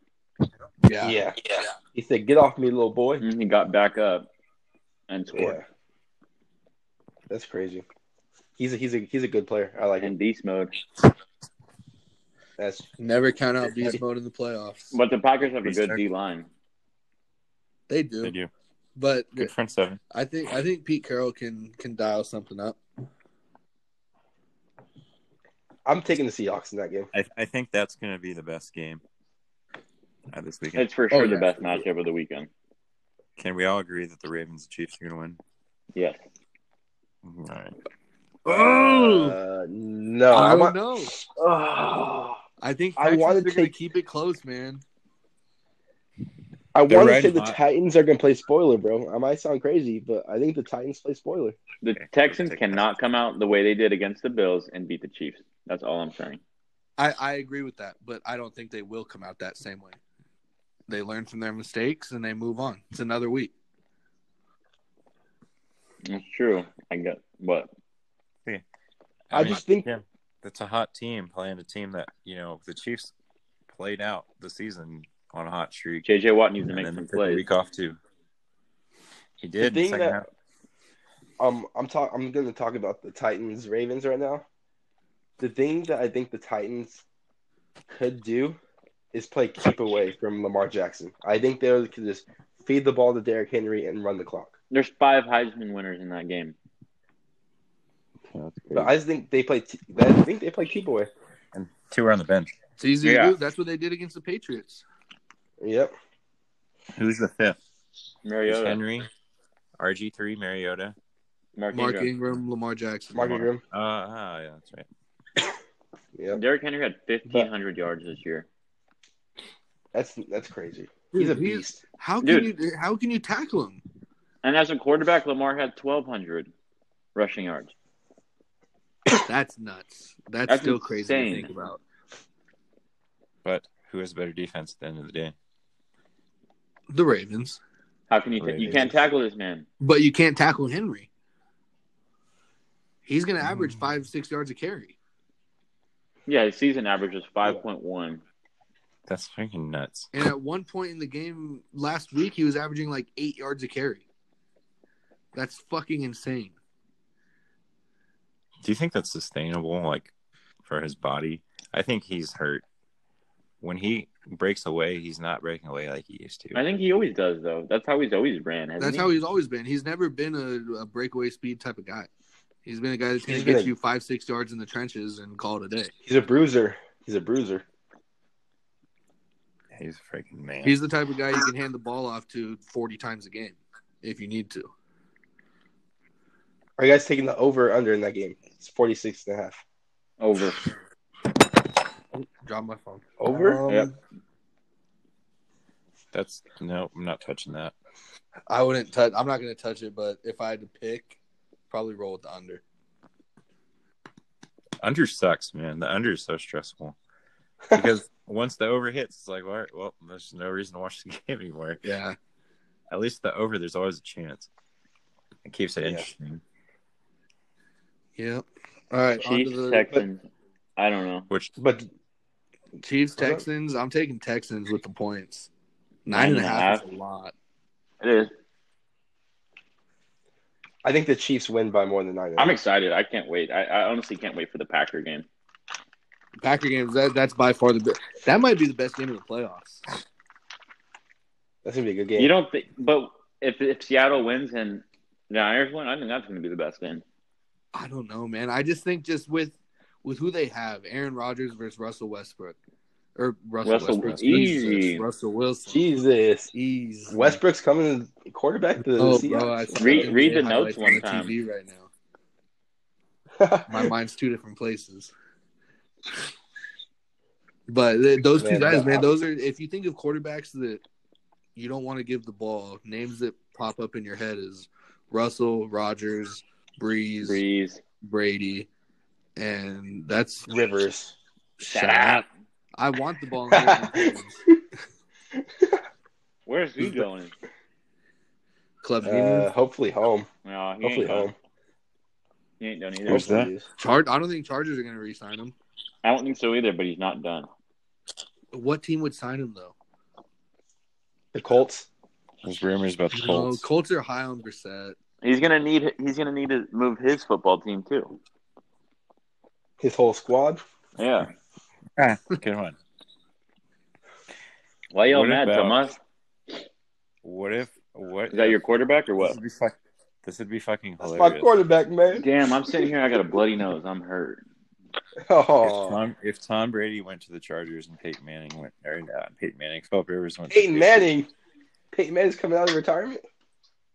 [SPEAKER 1] Yeah.
[SPEAKER 4] Yeah.
[SPEAKER 1] yeah. Mm-hmm. He said, "Get off me, little boy."
[SPEAKER 2] And Mm-hmm, He got back up and scored.
[SPEAKER 1] Yeah. That's crazy. He's a, he's a he's a good player. I like
[SPEAKER 2] in
[SPEAKER 1] him.
[SPEAKER 2] beast mode.
[SPEAKER 1] That's
[SPEAKER 4] Never
[SPEAKER 1] <laughs>
[SPEAKER 4] count out beast mode in the playoffs.
[SPEAKER 2] But the Packers have a
[SPEAKER 3] Beast
[SPEAKER 2] good
[SPEAKER 3] mode.
[SPEAKER 2] D line.
[SPEAKER 3] They
[SPEAKER 4] they do.
[SPEAKER 3] do.
[SPEAKER 4] But
[SPEAKER 3] Good front seven.
[SPEAKER 4] I think I think Pete Carroll can can dial something up.
[SPEAKER 1] I'm taking the Seahawks in that game.
[SPEAKER 3] I, I think that's going to be the best game uh, this weekend.
[SPEAKER 2] It's for
[SPEAKER 4] Oh,
[SPEAKER 2] sure the
[SPEAKER 4] yeah.
[SPEAKER 2] best matchup of the weekend.
[SPEAKER 3] Can we all agree that the Ravens and Chiefs are going to win?
[SPEAKER 2] Yes.
[SPEAKER 3] All right.
[SPEAKER 1] Uh, no,
[SPEAKER 4] I
[SPEAKER 1] I'm
[SPEAKER 4] don't
[SPEAKER 1] not,
[SPEAKER 4] know.
[SPEAKER 1] Ugh.
[SPEAKER 4] I think
[SPEAKER 1] I
[SPEAKER 4] Texans
[SPEAKER 1] wanna
[SPEAKER 4] are gonna
[SPEAKER 1] take-
[SPEAKER 4] keep it close, man.
[SPEAKER 1] I
[SPEAKER 3] They're
[SPEAKER 1] want to say
[SPEAKER 3] riding
[SPEAKER 1] the
[SPEAKER 3] hot.
[SPEAKER 1] Titans are gonna play spoiler, bro. I might sound crazy, but I think the Titans play spoiler.
[SPEAKER 2] The
[SPEAKER 3] Okay,
[SPEAKER 2] Texans
[SPEAKER 3] take
[SPEAKER 2] cannot come out the way they did against the Bills and beat the Chiefs. That's all I'm saying.
[SPEAKER 4] I, I agree with that, but I don't think they will come out that same way. They learn from their mistakes and they move on. It's another week.
[SPEAKER 2] It's true. I get what
[SPEAKER 1] I just think-
[SPEAKER 3] yeah, that's a hot team playing a team that you know the Chiefs played out the season on a hot streak.
[SPEAKER 2] JJ Watt needs
[SPEAKER 3] And
[SPEAKER 2] to make
[SPEAKER 3] then they
[SPEAKER 2] some
[SPEAKER 3] took a
[SPEAKER 2] plays.
[SPEAKER 3] week off too. He did. in
[SPEAKER 1] thing
[SPEAKER 3] second
[SPEAKER 1] that-
[SPEAKER 3] half.
[SPEAKER 1] Um, I'm talk. I'm gonna talk about the Titans Ravens right now. The thing that I think the Titans could do is play keep away from Lamar Jackson. I think they could just feed the ball to Derrick Henry and run the clock.
[SPEAKER 2] There's five Heisman winners in that game.
[SPEAKER 1] But I just think they play. T- I think they play keep away.
[SPEAKER 3] and two were on the bench.
[SPEAKER 4] It's easy
[SPEAKER 2] Yeah.
[SPEAKER 4] to do. That's what they did against the Patriots.
[SPEAKER 1] Yep.
[SPEAKER 3] Who's the fifth? It's
[SPEAKER 2] Mariota,
[SPEAKER 3] Henry, RG three, Mariota.
[SPEAKER 2] Mark,
[SPEAKER 4] Mark
[SPEAKER 2] Ingram.
[SPEAKER 4] Ingram, Lamar Jackson.
[SPEAKER 1] Mark Ingram.
[SPEAKER 3] Uh, ah, yeah, that's right.
[SPEAKER 1] Yep.
[SPEAKER 2] Derrick Henry had 1,500 yards this year.
[SPEAKER 1] That's that's crazy.
[SPEAKER 4] Dude,
[SPEAKER 1] He's a beast.
[SPEAKER 4] How can
[SPEAKER 2] Dude.
[SPEAKER 4] you how can you tackle him?
[SPEAKER 2] And as a quarterback, Lamar had 1,200 rushing yards.
[SPEAKER 4] That's nuts. That's,
[SPEAKER 2] That's
[SPEAKER 4] still
[SPEAKER 2] insane.
[SPEAKER 4] crazy to think about.
[SPEAKER 3] But who has better defense at the end of the day?
[SPEAKER 4] The Ravens.
[SPEAKER 2] How can you? ta-
[SPEAKER 3] Right.
[SPEAKER 2] you can't tackle this man.
[SPEAKER 4] But you can't tackle Henry. He's gonna average
[SPEAKER 3] Mm.
[SPEAKER 4] five, six yards a carry.
[SPEAKER 2] Yeah, his season average is 5.1.
[SPEAKER 3] That's freaking nuts.
[SPEAKER 4] And at one point in the game last week he was averaging like eight yards a carry. That's fucking insane.
[SPEAKER 3] Do you think that's sustainable, like for his body? I think he's hurt. When he breaks away, he's not breaking away like he used to.
[SPEAKER 2] I think he always does though. That's how he's always ran. Hasn't
[SPEAKER 4] That's
[SPEAKER 2] he?
[SPEAKER 4] how he's always been. He's never been a, a breakaway speed type of guy. He's been a guy that's gonna
[SPEAKER 1] He's
[SPEAKER 4] get
[SPEAKER 1] gonna-
[SPEAKER 4] you five, six yards in the trenches and call it a day.
[SPEAKER 1] He's a bruiser. He's a bruiser.
[SPEAKER 3] He's a freaking man.
[SPEAKER 4] He's the type of guy you can hand the ball off to forty times a game if you need to.
[SPEAKER 1] Are you guys taking the over or under in that game? It's 46 and a half.
[SPEAKER 2] over.
[SPEAKER 4] Drop my phone.
[SPEAKER 1] Over?
[SPEAKER 2] Yep.
[SPEAKER 3] That's no, I'm not touching that.
[SPEAKER 4] I wouldn't touch. I'm not going to touch it, but if I had to pick, probably roll with the under.
[SPEAKER 3] Under sucks, man. The under is so stressful because once the over hits, it's like, all right, well, there's no reason to watch the <laughs> game anymore.
[SPEAKER 4] Yeah,
[SPEAKER 3] At least the over, there's always a chance. It keeps it
[SPEAKER 1] Yeah.
[SPEAKER 3] interesting.
[SPEAKER 4] yeah. All right, on
[SPEAKER 2] Chiefs,
[SPEAKER 4] to the
[SPEAKER 2] Texans. I don't know.
[SPEAKER 3] Which
[SPEAKER 1] But
[SPEAKER 4] Chiefs
[SPEAKER 1] Hold up.
[SPEAKER 4] Texans. I'm taking Texans with the points. Nine and a half is a lot.
[SPEAKER 2] It is.
[SPEAKER 1] I think the Chiefs win by more than nine.
[SPEAKER 2] I'm excited. I can't wait. I, I honestly can't wait for the Packer game.
[SPEAKER 4] Packer games. That, that's by far the best. That might be the best game of the playoffs.
[SPEAKER 1] That's gonna be a good game.
[SPEAKER 2] You don't think, but if if Seattle wins and the Niners win, I think that's going to be the best game.
[SPEAKER 4] I don't know, man. I just think just with with who they have, Aaron Rodgers versus Russell Westbrook, or Russell,
[SPEAKER 2] Russell-
[SPEAKER 4] Westbrook,
[SPEAKER 2] easy.
[SPEAKER 4] Jesus, Russell Wilson,
[SPEAKER 1] Jesus.
[SPEAKER 4] easy.
[SPEAKER 1] Westbrook's coming in quarterback to the
[SPEAKER 4] Oh, bro, I
[SPEAKER 1] Seahawks. <laughs>
[SPEAKER 4] saw
[SPEAKER 2] Read-
[SPEAKER 4] NBA
[SPEAKER 2] read the notes
[SPEAKER 4] highlights
[SPEAKER 2] one
[SPEAKER 4] on the
[SPEAKER 2] time.
[SPEAKER 4] TV right now. my mind's two different places. But th- those two
[SPEAKER 1] Man,
[SPEAKER 4] guys,
[SPEAKER 1] no.
[SPEAKER 4] man, those are if you think of quarterbacks that you don't want to give the ball, names that pop up in your head is Russell, Rogers, Breeze,
[SPEAKER 2] Breeze,
[SPEAKER 4] Brady, and that's
[SPEAKER 1] Rivers.
[SPEAKER 2] shut up. <laughs>
[SPEAKER 4] I want the ball. In their hands.
[SPEAKER 2] Where's he going?
[SPEAKER 4] Club
[SPEAKER 1] Uh,
[SPEAKER 4] Union.
[SPEAKER 1] hopefully home.
[SPEAKER 2] No, he
[SPEAKER 1] Hopefully
[SPEAKER 2] ain't going.
[SPEAKER 1] home.
[SPEAKER 2] He ain't done either.
[SPEAKER 3] Where's that?
[SPEAKER 1] Hopefully.
[SPEAKER 4] Char- I don't think Chargers are going to re-sign him.
[SPEAKER 2] I don't think so either, but he's not done.
[SPEAKER 4] What team would sign him though?
[SPEAKER 1] The Colts.
[SPEAKER 3] There's rumors about the
[SPEAKER 4] No,
[SPEAKER 3] Colts.
[SPEAKER 4] Colts are high on Brissett.
[SPEAKER 2] He's gonna need. He's gonna need to move his football team too.
[SPEAKER 1] His whole squad.
[SPEAKER 2] Yeah.
[SPEAKER 3] Ah, good one.
[SPEAKER 2] Why y'all
[SPEAKER 3] What
[SPEAKER 2] mad,
[SPEAKER 3] about-
[SPEAKER 2] Tomas?
[SPEAKER 3] What if what?
[SPEAKER 2] Is that your quarterback or
[SPEAKER 3] This
[SPEAKER 2] what?
[SPEAKER 3] would be, fuck, this would be fucking
[SPEAKER 1] That's
[SPEAKER 3] hilarious.
[SPEAKER 1] my quarterback, man.
[SPEAKER 2] Damn, I'm sitting here. I got a bloody nose. I'm hurt.
[SPEAKER 3] If
[SPEAKER 1] <laughs> Oh.
[SPEAKER 3] Tom, if Tom Brady went to the Chargers and Peyton Manning went, or not Peyton Manning, Philip Rivers went. to
[SPEAKER 1] Peyton
[SPEAKER 3] the
[SPEAKER 1] Manning. Peyton Manning's coming out of retirement.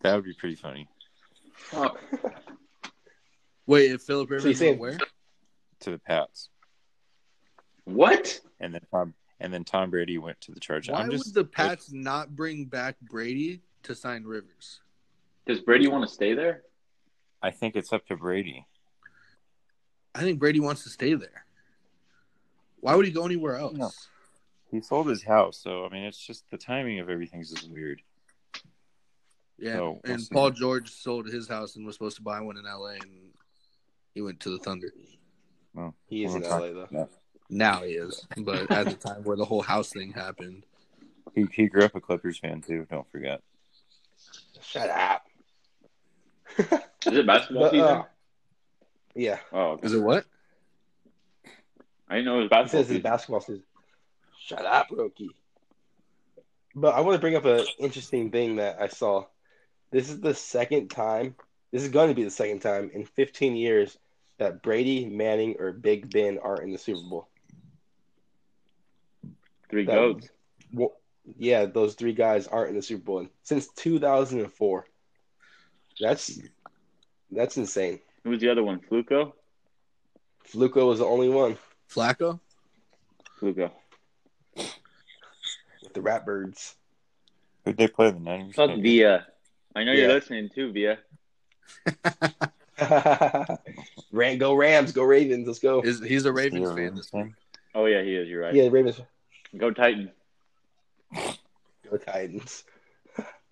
[SPEAKER 3] that would be pretty funny.
[SPEAKER 4] Wait, if Philip Rivers
[SPEAKER 1] saying-
[SPEAKER 4] went where?
[SPEAKER 3] To the Pats,
[SPEAKER 2] What?
[SPEAKER 3] and then Tom, and then Tom Brady went to the Chargers.
[SPEAKER 4] Why
[SPEAKER 3] I'm just
[SPEAKER 4] would the Pats not bring back Brady to sign Rivers?
[SPEAKER 2] Does Brady want to stay there?
[SPEAKER 3] I think it's up to Brady.
[SPEAKER 4] I think Brady wants to stay there. Why would he go anywhere else?
[SPEAKER 3] No. He sold his house, so I mean, it's just the timing of everything's just weird.
[SPEAKER 4] Yeah,
[SPEAKER 3] No, we'll
[SPEAKER 4] and
[SPEAKER 3] see.
[SPEAKER 4] Paul George sold his house and was supposed to buy one in LA, and he went to the Thunder.
[SPEAKER 3] Well,
[SPEAKER 1] He is
[SPEAKER 3] we're
[SPEAKER 1] in
[SPEAKER 3] talk-
[SPEAKER 1] LA though.
[SPEAKER 4] Now he is, but at the time where the whole house thing happened,
[SPEAKER 3] he he grew up a Clippers fan too. Don't forget.
[SPEAKER 1] Shut up.
[SPEAKER 2] Is it basketball
[SPEAKER 1] But,
[SPEAKER 2] season?
[SPEAKER 1] uh, yeah.
[SPEAKER 2] oh, okay.
[SPEAKER 4] is it what?
[SPEAKER 2] I didn't know it was
[SPEAKER 1] He
[SPEAKER 2] basketball
[SPEAKER 1] says
[SPEAKER 2] season.
[SPEAKER 1] it's basketball season. Shut up, Roki. But I want to bring up an interesting thing that I saw. This is the second time. This is going to be the second time in 15 years that Brady, Manning, or Big Ben aren't in the Super Bowl.
[SPEAKER 2] Three
[SPEAKER 1] That-
[SPEAKER 2] goats.
[SPEAKER 1] Well, yeah, those three guys aren't in the Super Bowl since 2004. That's that's insane.
[SPEAKER 2] Who was the other one? Fluco.
[SPEAKER 1] Fluco was the only one
[SPEAKER 4] Flacco?
[SPEAKER 2] Fluco.
[SPEAKER 1] with the Ratbirds. <laughs>
[SPEAKER 3] Who'd they play the Niners?
[SPEAKER 2] Fuck
[SPEAKER 3] played?
[SPEAKER 2] Via. I know you're
[SPEAKER 1] Yeah.
[SPEAKER 2] listening too, Via.
[SPEAKER 1] Ran, go Rams, go Ravens, let's go.
[SPEAKER 4] Is he's
[SPEAKER 3] They
[SPEAKER 4] a Ravens
[SPEAKER 3] were
[SPEAKER 4] fan?
[SPEAKER 3] in
[SPEAKER 4] This
[SPEAKER 3] the
[SPEAKER 4] week.
[SPEAKER 3] same-
[SPEAKER 2] Oh yeah, he is. You're right.
[SPEAKER 1] Yeah, Ravens,
[SPEAKER 2] Go Titan.
[SPEAKER 1] go Titans.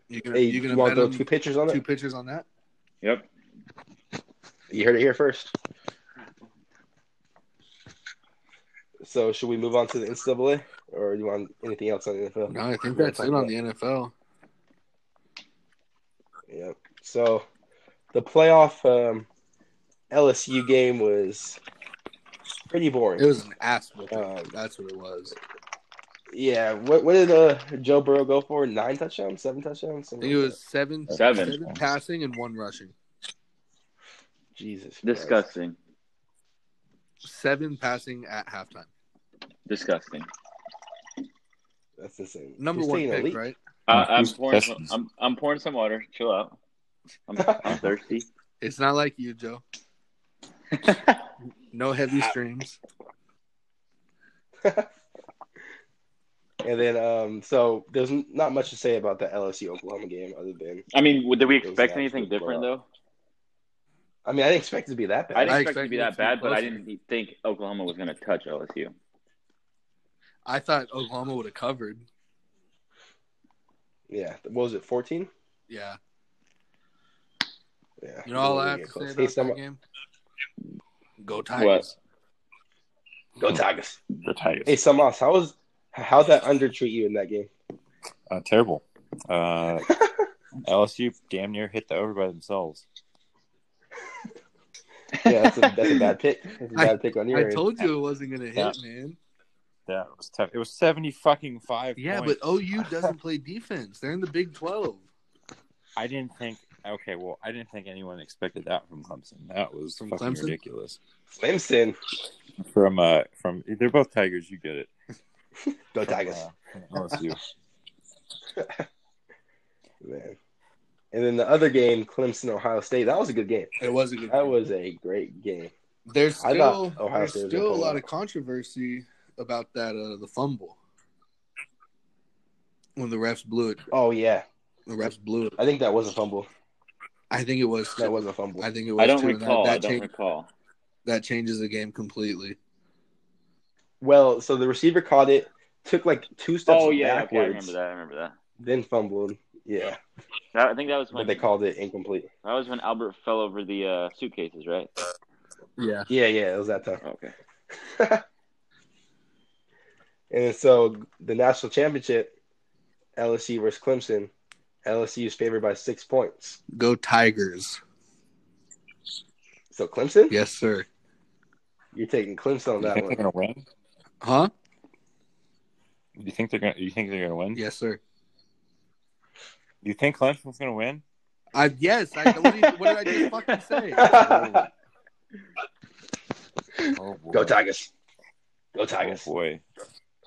[SPEAKER 4] You gonna
[SPEAKER 1] Hey,
[SPEAKER 4] you
[SPEAKER 1] you,
[SPEAKER 4] gonna
[SPEAKER 1] want
[SPEAKER 4] bet
[SPEAKER 1] to
[SPEAKER 4] him
[SPEAKER 1] throw two pitchers on it?
[SPEAKER 4] two pitchers on that?
[SPEAKER 2] Yep.
[SPEAKER 1] You heard it here first. So, should we move on to the NCAA, or do you want anything else on the NFL?
[SPEAKER 4] No, I think that's it on the NFL.
[SPEAKER 1] Yeah. So, the playoff um, LSU game was pretty boring.
[SPEAKER 4] It was an ass whooping.
[SPEAKER 1] Um,
[SPEAKER 4] that's what it was.
[SPEAKER 1] yeah. What, what did uh, Joe Burrow go for? Nine touchdowns, seven touchdowns.
[SPEAKER 4] I
[SPEAKER 1] Something
[SPEAKER 4] think it
[SPEAKER 1] like
[SPEAKER 4] was seven,
[SPEAKER 2] Seven.
[SPEAKER 4] seven passing and one rushing.
[SPEAKER 1] that. Jesus. Christ.
[SPEAKER 2] Disgusting.
[SPEAKER 4] Seven passing at halftime.
[SPEAKER 2] Disgusting.
[SPEAKER 1] That's insane.
[SPEAKER 4] Number
[SPEAKER 1] He's
[SPEAKER 4] one
[SPEAKER 1] taking a
[SPEAKER 4] pick,
[SPEAKER 1] leak.
[SPEAKER 4] right?
[SPEAKER 2] Uh, I'm
[SPEAKER 3] Who's
[SPEAKER 2] pouring. Some,
[SPEAKER 3] Pistons?
[SPEAKER 2] I'm I'm pouring some water. Chill out.
[SPEAKER 1] <laughs>
[SPEAKER 2] I'm, I'm thirsty.
[SPEAKER 4] It's not like you, Joe. No heavy streams.
[SPEAKER 1] And then, um, so there's n- not much to say about the LSU Oklahoma game other than
[SPEAKER 2] I mean, did we
[SPEAKER 1] It was
[SPEAKER 2] expect
[SPEAKER 1] an
[SPEAKER 2] anything
[SPEAKER 1] absolute
[SPEAKER 2] different though?
[SPEAKER 1] I mean, I didn't expect it to be that bad.
[SPEAKER 2] I didn't
[SPEAKER 4] I
[SPEAKER 2] expect it to
[SPEAKER 4] expected
[SPEAKER 2] be
[SPEAKER 4] it
[SPEAKER 2] that
[SPEAKER 4] to be
[SPEAKER 2] bad, but I
[SPEAKER 4] closer.
[SPEAKER 2] didn't think Oklahoma was going to touch LSU.
[SPEAKER 4] I thought Oklahoma would have covered.
[SPEAKER 1] Yeah. What was it, 14?
[SPEAKER 4] Yeah.
[SPEAKER 1] Yeah.
[SPEAKER 4] You know all I have
[SPEAKER 1] Yeah,
[SPEAKER 4] to
[SPEAKER 1] close.
[SPEAKER 4] say
[SPEAKER 1] Hey,
[SPEAKER 4] about
[SPEAKER 1] someone-
[SPEAKER 4] that game? Go Tigers.
[SPEAKER 1] Go Tigers.
[SPEAKER 3] The Titans.
[SPEAKER 1] Hey, Samas, how was how'd that under treat you in that game?
[SPEAKER 3] Uh, terrible.
[SPEAKER 1] <laughs>
[SPEAKER 3] Uh, LSU damn near hit the over by themselves.
[SPEAKER 1] Yeah, that's a, that's a bad pick. That's a
[SPEAKER 4] <laughs> I-
[SPEAKER 1] bad pick on your
[SPEAKER 4] I
[SPEAKER 1] end.
[SPEAKER 4] told you it wasn't going to hit,
[SPEAKER 3] Yeah.
[SPEAKER 4] man.
[SPEAKER 3] That was tough. It was seventy fucking five.
[SPEAKER 4] Yeah,
[SPEAKER 3] points.
[SPEAKER 4] but OU doesn't play defense. They're in the Big 12.
[SPEAKER 3] I didn't think. Okay, well, I didn't think anyone expected that from Clemson. That was
[SPEAKER 4] From
[SPEAKER 3] fucking
[SPEAKER 4] Clemson?
[SPEAKER 3] ridiculous.
[SPEAKER 1] Clemson.
[SPEAKER 3] From uh, from they're both Tigers. You get it.
[SPEAKER 1] Go
[SPEAKER 3] From,
[SPEAKER 1] Tigers.
[SPEAKER 3] uh,
[SPEAKER 1] <laughs>
[SPEAKER 3] from LSU.
[SPEAKER 1] Man. And then the other game, Clemson, Ohio State. That was a good game.
[SPEAKER 4] It was a good
[SPEAKER 1] That was a great game.
[SPEAKER 4] There's
[SPEAKER 1] I
[SPEAKER 4] still,
[SPEAKER 1] thought Ohio
[SPEAKER 4] there's
[SPEAKER 1] State was
[SPEAKER 4] still a
[SPEAKER 1] gonna pull it
[SPEAKER 4] lot
[SPEAKER 1] out.
[SPEAKER 4] of controversy about that uh, the fumble when the refs blew it.
[SPEAKER 1] Oh yeah,
[SPEAKER 4] The refs blew it.
[SPEAKER 1] I think that was a fumble.
[SPEAKER 4] I think it was.
[SPEAKER 1] That was a fumble.
[SPEAKER 4] I think it
[SPEAKER 2] <laughs>
[SPEAKER 4] was.
[SPEAKER 2] I don't
[SPEAKER 4] too, and that-
[SPEAKER 2] recall.
[SPEAKER 4] That,
[SPEAKER 2] I don't
[SPEAKER 4] change-
[SPEAKER 2] recall.
[SPEAKER 4] that changes the game completely.
[SPEAKER 1] Well, so the receiver caught it, took like two steps
[SPEAKER 2] Oh yeah, okay, I
[SPEAKER 1] backwards,
[SPEAKER 2] remember that. I remember that.
[SPEAKER 1] then fumbled. Yeah,
[SPEAKER 2] That- I think that was
[SPEAKER 1] but
[SPEAKER 2] when
[SPEAKER 1] they called it incomplete.
[SPEAKER 2] that was when Albert fell over the uh, suitcases, right? Oh,
[SPEAKER 4] Yeah.
[SPEAKER 1] Yeah, yeah, it was that time.
[SPEAKER 2] Okay.
[SPEAKER 1] And so the national championship, LSU versus Clemson. LSU is favored by six points.
[SPEAKER 4] Go Tigers.
[SPEAKER 1] So Clemson,
[SPEAKER 4] Yes, sir.
[SPEAKER 1] you're taking Clemson on
[SPEAKER 3] You
[SPEAKER 1] that
[SPEAKER 3] think they're
[SPEAKER 1] one.
[SPEAKER 4] <laughs>
[SPEAKER 3] gonna win?
[SPEAKER 4] Huh?
[SPEAKER 3] You think they're gonna? You think they're gonna win?
[SPEAKER 4] Yes, sir.
[SPEAKER 3] You think Clemson's gonna win?
[SPEAKER 4] I yes. I, what, did, what did I just fucking say?
[SPEAKER 3] Oh boy.
[SPEAKER 1] <laughs> Go Tigers. Go Tigers.
[SPEAKER 3] Oh boy.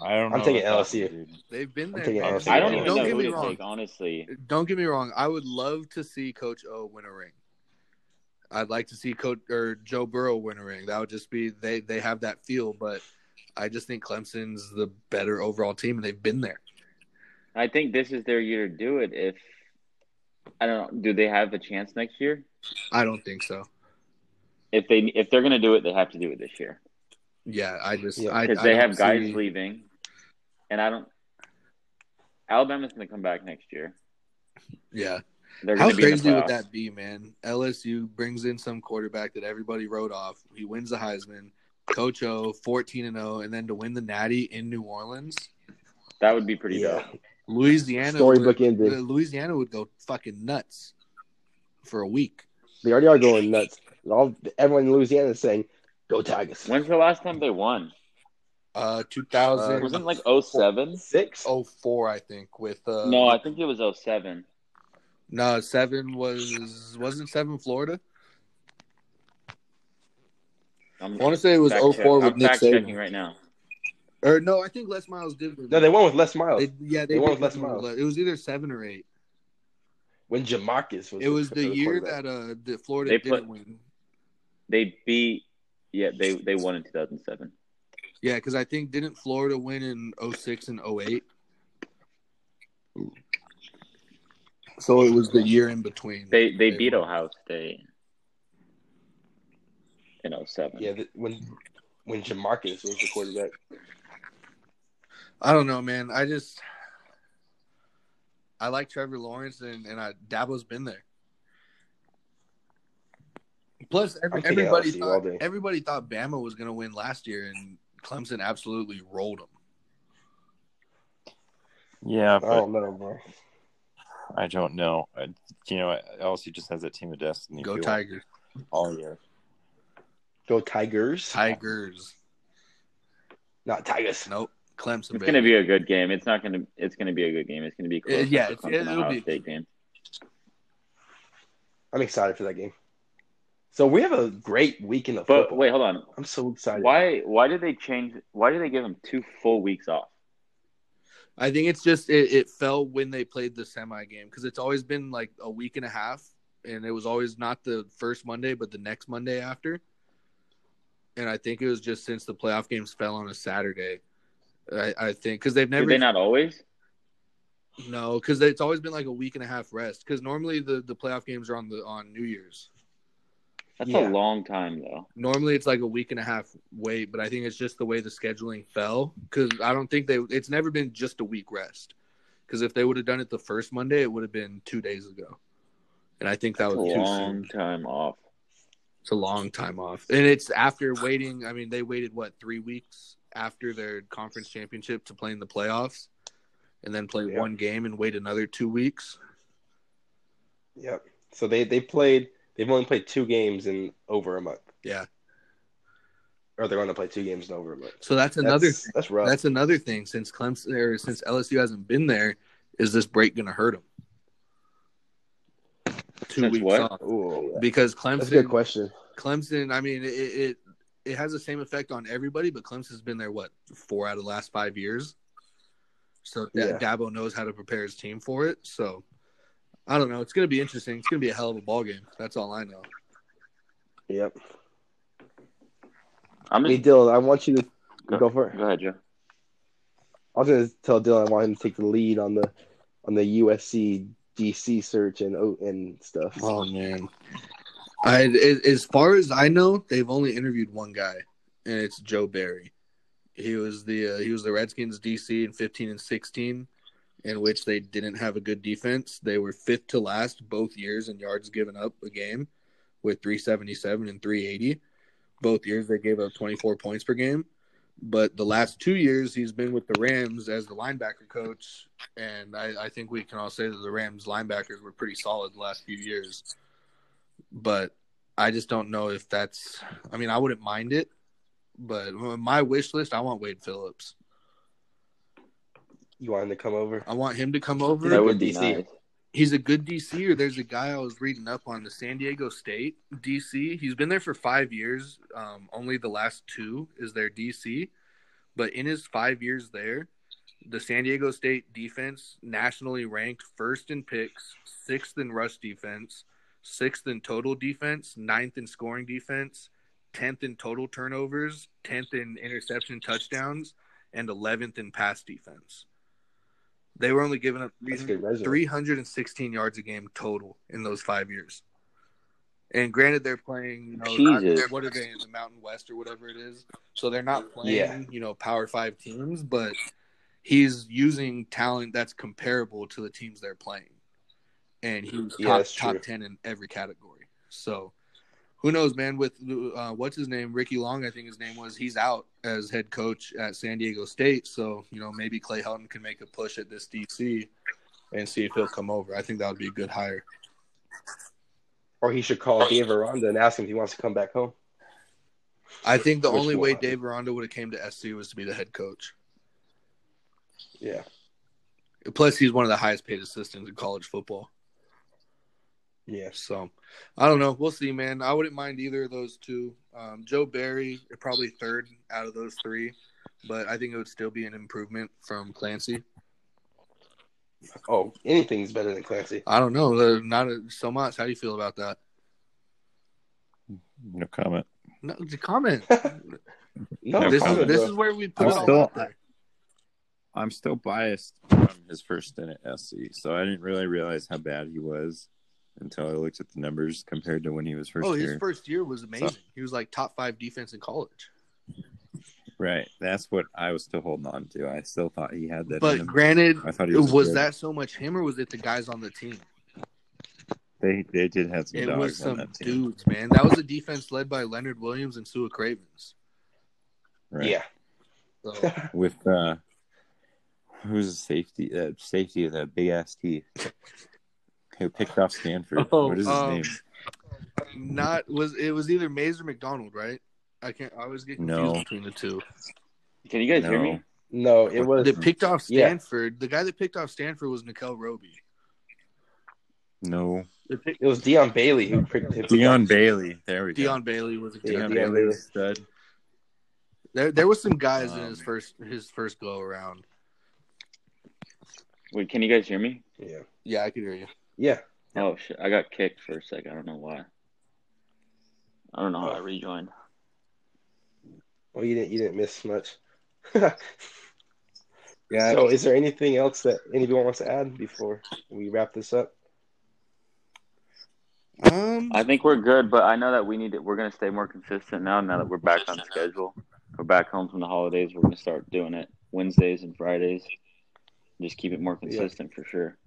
[SPEAKER 3] I don't.
[SPEAKER 1] I'm
[SPEAKER 3] know
[SPEAKER 1] taking
[SPEAKER 3] about
[SPEAKER 1] LSU.
[SPEAKER 3] that, dude.
[SPEAKER 4] They've been
[SPEAKER 1] I'm
[SPEAKER 4] there.
[SPEAKER 1] taking
[SPEAKER 4] bro.
[SPEAKER 1] LSU.
[SPEAKER 2] I don't even
[SPEAKER 4] Don't
[SPEAKER 2] know
[SPEAKER 4] get
[SPEAKER 2] who
[SPEAKER 4] me
[SPEAKER 2] to
[SPEAKER 4] wrong.
[SPEAKER 2] take, honestly.
[SPEAKER 4] Don't get me wrong. I would love to see Coach O win a ring. I'd like to see Coach or Joe Burrow win a ring. That would just be they they have that feel, but I just think Clemson's the better overall team, and they've been there.
[SPEAKER 2] I think this is their year to do it. If I don't know, do they have a chance next year?
[SPEAKER 4] I don't think so.
[SPEAKER 2] If they if they're gonna do it, they have to do it this year
[SPEAKER 4] Yeah, I just
[SPEAKER 1] Yeah,
[SPEAKER 4] I,
[SPEAKER 2] because
[SPEAKER 4] I
[SPEAKER 2] they
[SPEAKER 4] don't
[SPEAKER 2] have guys
[SPEAKER 4] see-
[SPEAKER 2] leaving, and I don't. Alabama's gonna come back next year.
[SPEAKER 4] Yeah,
[SPEAKER 2] They're
[SPEAKER 4] how
[SPEAKER 2] gonna be in the
[SPEAKER 4] crazy would
[SPEAKER 2] playoffs.
[SPEAKER 4] that be, man? LSU brings in some quarterback that everybody wrote off. He wins the Heisman. Coach O, fourteen and zero, and then to win the Natty in New Orleans,
[SPEAKER 2] That would be pretty
[SPEAKER 1] Yeah.
[SPEAKER 2] dope.
[SPEAKER 4] Louisiana,
[SPEAKER 1] Storybook
[SPEAKER 4] would-
[SPEAKER 1] ending.
[SPEAKER 4] Louisiana would go fucking nuts for a week.
[SPEAKER 1] They already are going nuts. All everyone in Louisiana is saying, "Go Tigers."
[SPEAKER 2] When's the last time they won?
[SPEAKER 4] Uh, two
[SPEAKER 2] Wasn't
[SPEAKER 4] thousand
[SPEAKER 2] it like 07?
[SPEAKER 1] Six.
[SPEAKER 4] oh four, I think. With uh,
[SPEAKER 2] No, I think it was 07.
[SPEAKER 4] no seven was wasn't seven Florida.
[SPEAKER 2] I'm
[SPEAKER 4] I want to say it was oh four with
[SPEAKER 2] I'm
[SPEAKER 4] Nick
[SPEAKER 2] fact
[SPEAKER 4] Saban.
[SPEAKER 2] checking right now.
[SPEAKER 4] Or no, I think Les Miles did. win.
[SPEAKER 1] No, they won with Les Miles
[SPEAKER 4] They- yeah, they,
[SPEAKER 1] They won
[SPEAKER 4] did
[SPEAKER 1] with Les
[SPEAKER 4] win with
[SPEAKER 1] Miles.
[SPEAKER 4] Le- It was either seven or eight.
[SPEAKER 1] when Jamarcus was.
[SPEAKER 4] It was the year
[SPEAKER 1] quarterback.
[SPEAKER 4] that uh that Florida
[SPEAKER 2] They
[SPEAKER 4] didn't
[SPEAKER 2] put-
[SPEAKER 4] win.
[SPEAKER 2] They beat yeah, they they won in 2007.
[SPEAKER 4] Yeah, because I think didn't Florida win in 06 and 08? So it was the year in between.
[SPEAKER 2] They they,
[SPEAKER 4] They
[SPEAKER 2] beat
[SPEAKER 4] won.
[SPEAKER 2] Ohio State in 07.
[SPEAKER 1] Yeah, th- when when Jamarcus was the quarterback.
[SPEAKER 4] I don't know, man. I just I like Trevor Lawrence and and I Dabo's been there. Plus, every,
[SPEAKER 1] I'm taking
[SPEAKER 4] everybody
[SPEAKER 1] LSU all
[SPEAKER 4] thought,
[SPEAKER 1] day.
[SPEAKER 4] everybody thought Bama was going to win last year, and Clemson absolutely rolled them.
[SPEAKER 3] Yeah,
[SPEAKER 1] I
[SPEAKER 3] but
[SPEAKER 1] don't know, Oh, bro.
[SPEAKER 3] I don't know. I, you know, LSU just has that team of destiny.
[SPEAKER 4] Go
[SPEAKER 3] feel
[SPEAKER 4] Tigers!
[SPEAKER 3] all year.
[SPEAKER 1] Go Tigers.
[SPEAKER 4] Tigers!
[SPEAKER 1] Not Tigers.
[SPEAKER 4] Nope, Clemson.
[SPEAKER 2] It's
[SPEAKER 4] baby.
[SPEAKER 2] gonna be a good game. It's not gonna. It's gonna be a good game. It's gonna be close.
[SPEAKER 4] Uh, yeah,
[SPEAKER 2] It's
[SPEAKER 4] it's- it'll
[SPEAKER 2] Ohio
[SPEAKER 4] be-
[SPEAKER 2] State game.
[SPEAKER 1] I'm excited for that game. So we have a great weekend of
[SPEAKER 2] But
[SPEAKER 1] football.
[SPEAKER 2] wait, hold on.
[SPEAKER 1] I'm so excited.
[SPEAKER 2] Why why did they change? Why did they give them two full weeks off?
[SPEAKER 4] I think it's just it, it fell when they played the semi game because it's always been like a week and a half, and it was always not the first Monday, but the next Monday after. And I think it was just since the playoff games fell on a Saturday. I, I think because they've never
[SPEAKER 2] Did they not always?
[SPEAKER 4] no because it's always been like a week and a half rest because normally the the playoff games are on the on New Year's.
[SPEAKER 2] That's
[SPEAKER 1] Yeah.
[SPEAKER 2] a long time though.
[SPEAKER 4] Normally it's like a week and a half wait, but I think it's just the way the scheduling fell because I don't think they. It's never been just a week rest because if they would have done it the first Monday, it would have been two days ago, and I think that
[SPEAKER 2] That's a
[SPEAKER 4] was too soon.
[SPEAKER 2] long time off.
[SPEAKER 4] It's a long time off, and it's after waiting. I mean, they waited what three weeks after their conference championship to play in the playoffs, and then play
[SPEAKER 1] Yeah.
[SPEAKER 4] one game and wait another two weeks.
[SPEAKER 1] Yep. So they they played. They've only played two games in over a month,
[SPEAKER 4] Yeah,
[SPEAKER 1] or they're going to play two games in over a month.
[SPEAKER 4] so that's another
[SPEAKER 1] That's, that's rough.
[SPEAKER 4] that's another thing since Clemson or since LSU hasn't been there, is this break going to hurt them? Two
[SPEAKER 2] Since
[SPEAKER 4] weeks
[SPEAKER 2] what?
[SPEAKER 4] off
[SPEAKER 1] Ooh,
[SPEAKER 4] because
[SPEAKER 1] that's a good
[SPEAKER 4] Clemson,
[SPEAKER 1] question.
[SPEAKER 4] Clemson. I mean, it, it it has the same effect on everybody, but Clemson's been there what four out of the last five years, so Da-
[SPEAKER 1] Yeah.
[SPEAKER 4] Dabo knows how to prepare his team for it. So I don't know. It's going to be interesting. It's going to be a hell of a ball game. That's all I know.
[SPEAKER 1] Yep.
[SPEAKER 2] Mm-hmm. I'm
[SPEAKER 1] Hey
[SPEAKER 2] just
[SPEAKER 1] Dylan, I want you to go, for it.
[SPEAKER 2] go ahead, Joe.
[SPEAKER 1] I was going to tell Dylan I want him to take the lead on the on the USC DC search and O- and stuff.
[SPEAKER 4] Oh man, I a- as far as I know, they've only interviewed one guy, and it's Joe Barry. He was the uh, he was the Redskins DC in fifteen and sixteen, in which they didn't have a good defense. They were fifth to last both years in yards given up a game with 377 and 380. Both years they gave up 24 points per game. But the last two years he's been with the Rams as the linebacker coach. And I, I think we can all say that the Rams linebackers were pretty solid the last few years. But I just don't know if that's, I mean, I wouldn't mind it. But my wish list, I want Wade Phillips.
[SPEAKER 1] You want him to come over?
[SPEAKER 4] I want him to come over.
[SPEAKER 2] That would be
[SPEAKER 1] DC.
[SPEAKER 2] nice.
[SPEAKER 4] He's a good DC. Or there's a guy I was reading up on the San Diego State DC. He's been there for five years. Um, only the last two is their DC, but in his five years there, the San Diego State defense nationally ranked first in picks, sixth in rush defense, sixth in total defense, ninth in scoring defense, tenth in total turnovers, tenth in interception touchdowns, and eleventh in pass defense. They were only giving up
[SPEAKER 1] That's a good resume.
[SPEAKER 4] 316 yards a game total in those five years. And granted, they're playing, you know,
[SPEAKER 2] Jesus.
[SPEAKER 4] not- what are they in the Mountain West or whatever it is? So they're not playing,
[SPEAKER 1] Yeah.
[SPEAKER 4] you know, Power Five teams, but he's using talent that's comparable to the teams they're playing. And he was
[SPEAKER 1] Yeah,
[SPEAKER 4] top,
[SPEAKER 1] that's true.
[SPEAKER 4] top 10 in every category. So who knows, man? With uh, what's his name? Ricky Long, I think his name was. He's out as head coach at San Diego State. So, you know, maybe Clay Helton can make a push at this DC and see if he'll come over. I think that would be a good hire.
[SPEAKER 1] Or he should call Dave Aranda and ask him if he wants to come back home.
[SPEAKER 4] I think the
[SPEAKER 1] Which
[SPEAKER 4] only way
[SPEAKER 1] one?
[SPEAKER 4] Dave Aranda would have came to SC was to be the head coach.
[SPEAKER 1] Yeah.
[SPEAKER 4] Plus, he's one of the highest paid assistants in college football.
[SPEAKER 1] Yeah.
[SPEAKER 4] So, I don't know. We'll see, man. I wouldn't mind either of those two. Um, Joe Barry, probably third out of those three, but I think it would still be an improvement from Clancy.
[SPEAKER 1] Oh, anything's better than Clancy.
[SPEAKER 4] I don't know. uh, Not uh, so much. How do you feel about that?
[SPEAKER 3] No comment.
[SPEAKER 4] No, the comment.
[SPEAKER 1] <laughs> No,
[SPEAKER 4] this
[SPEAKER 1] comment,
[SPEAKER 4] is this
[SPEAKER 1] bro.
[SPEAKER 4] is where we
[SPEAKER 3] I'm
[SPEAKER 4] put it all
[SPEAKER 3] still-
[SPEAKER 4] out there.
[SPEAKER 3] I'm still biased from his first stint at SC, so I didn't really realize how bad he was until I looked at the numbers compared to when he was first
[SPEAKER 4] Oh,
[SPEAKER 3] here.
[SPEAKER 4] his first year was amazing. He was like top five defense in college.
[SPEAKER 3] Right, that's what I was still holding on to. I still thought he had that. in
[SPEAKER 4] But
[SPEAKER 3] him.
[SPEAKER 4] granted,
[SPEAKER 3] I thought he
[SPEAKER 4] was,
[SPEAKER 3] was, good.
[SPEAKER 4] that so much him or was it the guys on the team?
[SPEAKER 3] they they did have some
[SPEAKER 4] It
[SPEAKER 3] dogs
[SPEAKER 4] was
[SPEAKER 3] on
[SPEAKER 4] some
[SPEAKER 3] that team.
[SPEAKER 4] dudes, man. That was a defense led by Leonard Williams and Sua Cravens.
[SPEAKER 3] Right.
[SPEAKER 1] Yeah. <laughs>
[SPEAKER 4] So,
[SPEAKER 3] with uh who's the safety uh, safety of that big ass teeth <laughs> who picked off Stanford.
[SPEAKER 2] Oh,
[SPEAKER 3] what is his
[SPEAKER 4] um,
[SPEAKER 3] name?
[SPEAKER 4] not was it was either Mays or McDonald, right? I can't. I always get confused
[SPEAKER 3] No.
[SPEAKER 4] between the two.
[SPEAKER 2] Can you guys hear
[SPEAKER 3] No.
[SPEAKER 2] me?
[SPEAKER 1] No, it was
[SPEAKER 4] That picked off
[SPEAKER 1] Yeah.
[SPEAKER 4] Stanford. The guy that picked off Stanford was Nikel Roby.
[SPEAKER 3] No.
[SPEAKER 4] The pick,
[SPEAKER 1] it was Dion Bailey who picked him.
[SPEAKER 3] Dion Bailey. There we
[SPEAKER 4] Deion Bailey was a
[SPEAKER 3] go.
[SPEAKER 4] good
[SPEAKER 1] Yeah,
[SPEAKER 3] Dion
[SPEAKER 1] Deion
[SPEAKER 3] Bailey
[SPEAKER 1] Bailey.
[SPEAKER 3] was stud.
[SPEAKER 4] There, there was some guys in his
[SPEAKER 3] Um,
[SPEAKER 4] first his first go around.
[SPEAKER 2] Wait, can you guys hear me?
[SPEAKER 1] Yeah.
[SPEAKER 4] Yeah, I could hear you.
[SPEAKER 1] Yeah.
[SPEAKER 2] Oh shit! I got kicked for a sec. I don't know why. I don't know how I rejoined.
[SPEAKER 1] Well, you didn't you didn't miss much. <laughs>
[SPEAKER 4] Yeah,
[SPEAKER 1] So, is there anything else that anyone wants to add before we wrap this up?
[SPEAKER 4] um,
[SPEAKER 2] I think we're good, but I know that we need to, we're gonna stay more consistent now. Now that we're back on schedule, we're back home from the holidays. We're gonna start doing it Wednesdays and Fridays. Just keep it more consistent for sure.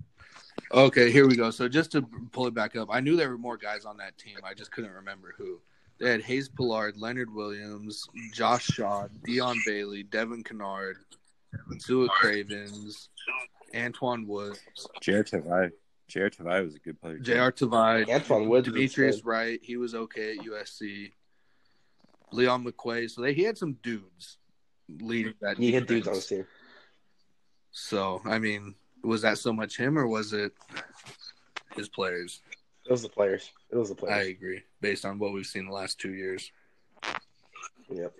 [SPEAKER 4] okay, here we go. So just to pull it back up, I knew there were more guys on that team. I just couldn't remember who. They had Hayes Pillard, Leonard Williams, Josh Shaw, Dion Bailey, Devin Kennard, Zua Cravens, Antoine Woods,
[SPEAKER 3] Jared Tavai. Jared Tavai was a good player. too.
[SPEAKER 4] J.R. Tavai,
[SPEAKER 1] Antoine Woods,
[SPEAKER 4] Demetrius
[SPEAKER 1] was-
[SPEAKER 4] Wright. He was okay at USC. Leon McQuay. So they, he had some dudes leading that.
[SPEAKER 1] he had dudes on
[SPEAKER 4] defense.
[SPEAKER 1] his team.
[SPEAKER 4] So I mean, was that so much him or was it his players?
[SPEAKER 1] It was the players. It was the
[SPEAKER 4] I
[SPEAKER 1] players.
[SPEAKER 4] agree, based on what we've seen the last two years.
[SPEAKER 1] Yep.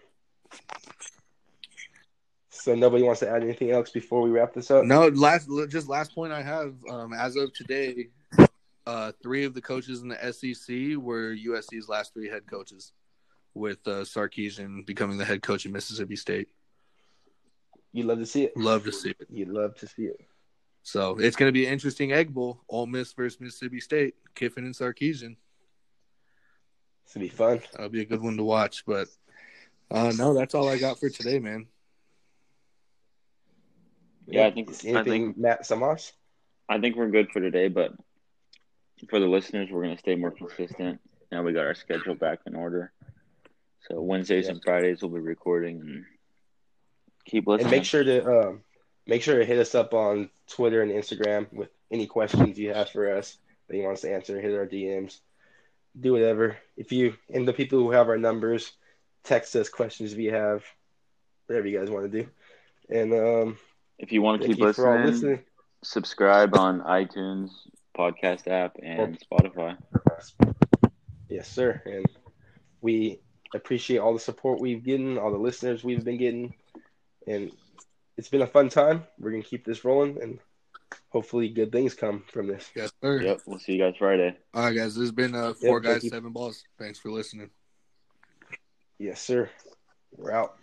[SPEAKER 1] So nobody wants to add anything else before we wrap this up.
[SPEAKER 4] No, last just last point I have. Um, as of today, uh, three of the coaches in the SEC were USC's last three head coaches, with uh, Sarkeesian becoming the head coach at Mississippi State.
[SPEAKER 1] You love to see it.
[SPEAKER 4] Love to see it.
[SPEAKER 1] You love to see it.
[SPEAKER 4] So it's going to be an interesting Egg Bowl. Ole Miss versus Mississippi State. Kiffin and Sarkeesian.
[SPEAKER 1] It's gonna be fun.
[SPEAKER 4] That'll be a good one to watch. But uh, no, that's all I got for today, man.
[SPEAKER 2] Yeah, I think-
[SPEAKER 1] anything
[SPEAKER 2] I think-
[SPEAKER 1] Matt Samos.
[SPEAKER 2] I think we're good for today, but for the listeners, we're going to stay more consistent. Now we got our schedule back in order. So Wednesdays
[SPEAKER 1] Yeah.
[SPEAKER 2] and Fridays we'll be recording and keep listening.
[SPEAKER 1] And make sure to um, make sure to hit us up on Twitter and Instagram with any questions you have for us that you want us to answer. Hit our DMs, do whatever. If you and the people who have our numbers, text us questions if you have, whatever you guys want to do. And um,
[SPEAKER 2] if you want to
[SPEAKER 1] thank
[SPEAKER 2] keep
[SPEAKER 1] you for all
[SPEAKER 2] listening,
[SPEAKER 1] listening.
[SPEAKER 2] subscribe on iTunes podcast app and Spotify.
[SPEAKER 1] Yes, sir. And we appreciate all the support we've gotten, all the listeners we've been getting. And it's been a fun time. We're going to keep this rolling and hopefully good things come from this.
[SPEAKER 4] Yes, sir.
[SPEAKER 2] Yep, we'll see you guys Friday.
[SPEAKER 4] All right, guys. This has been uh, Four
[SPEAKER 1] thank
[SPEAKER 4] Guys,
[SPEAKER 1] you.
[SPEAKER 4] Seven Balls. Thanks for listening.
[SPEAKER 1] Yes, sir. We're out.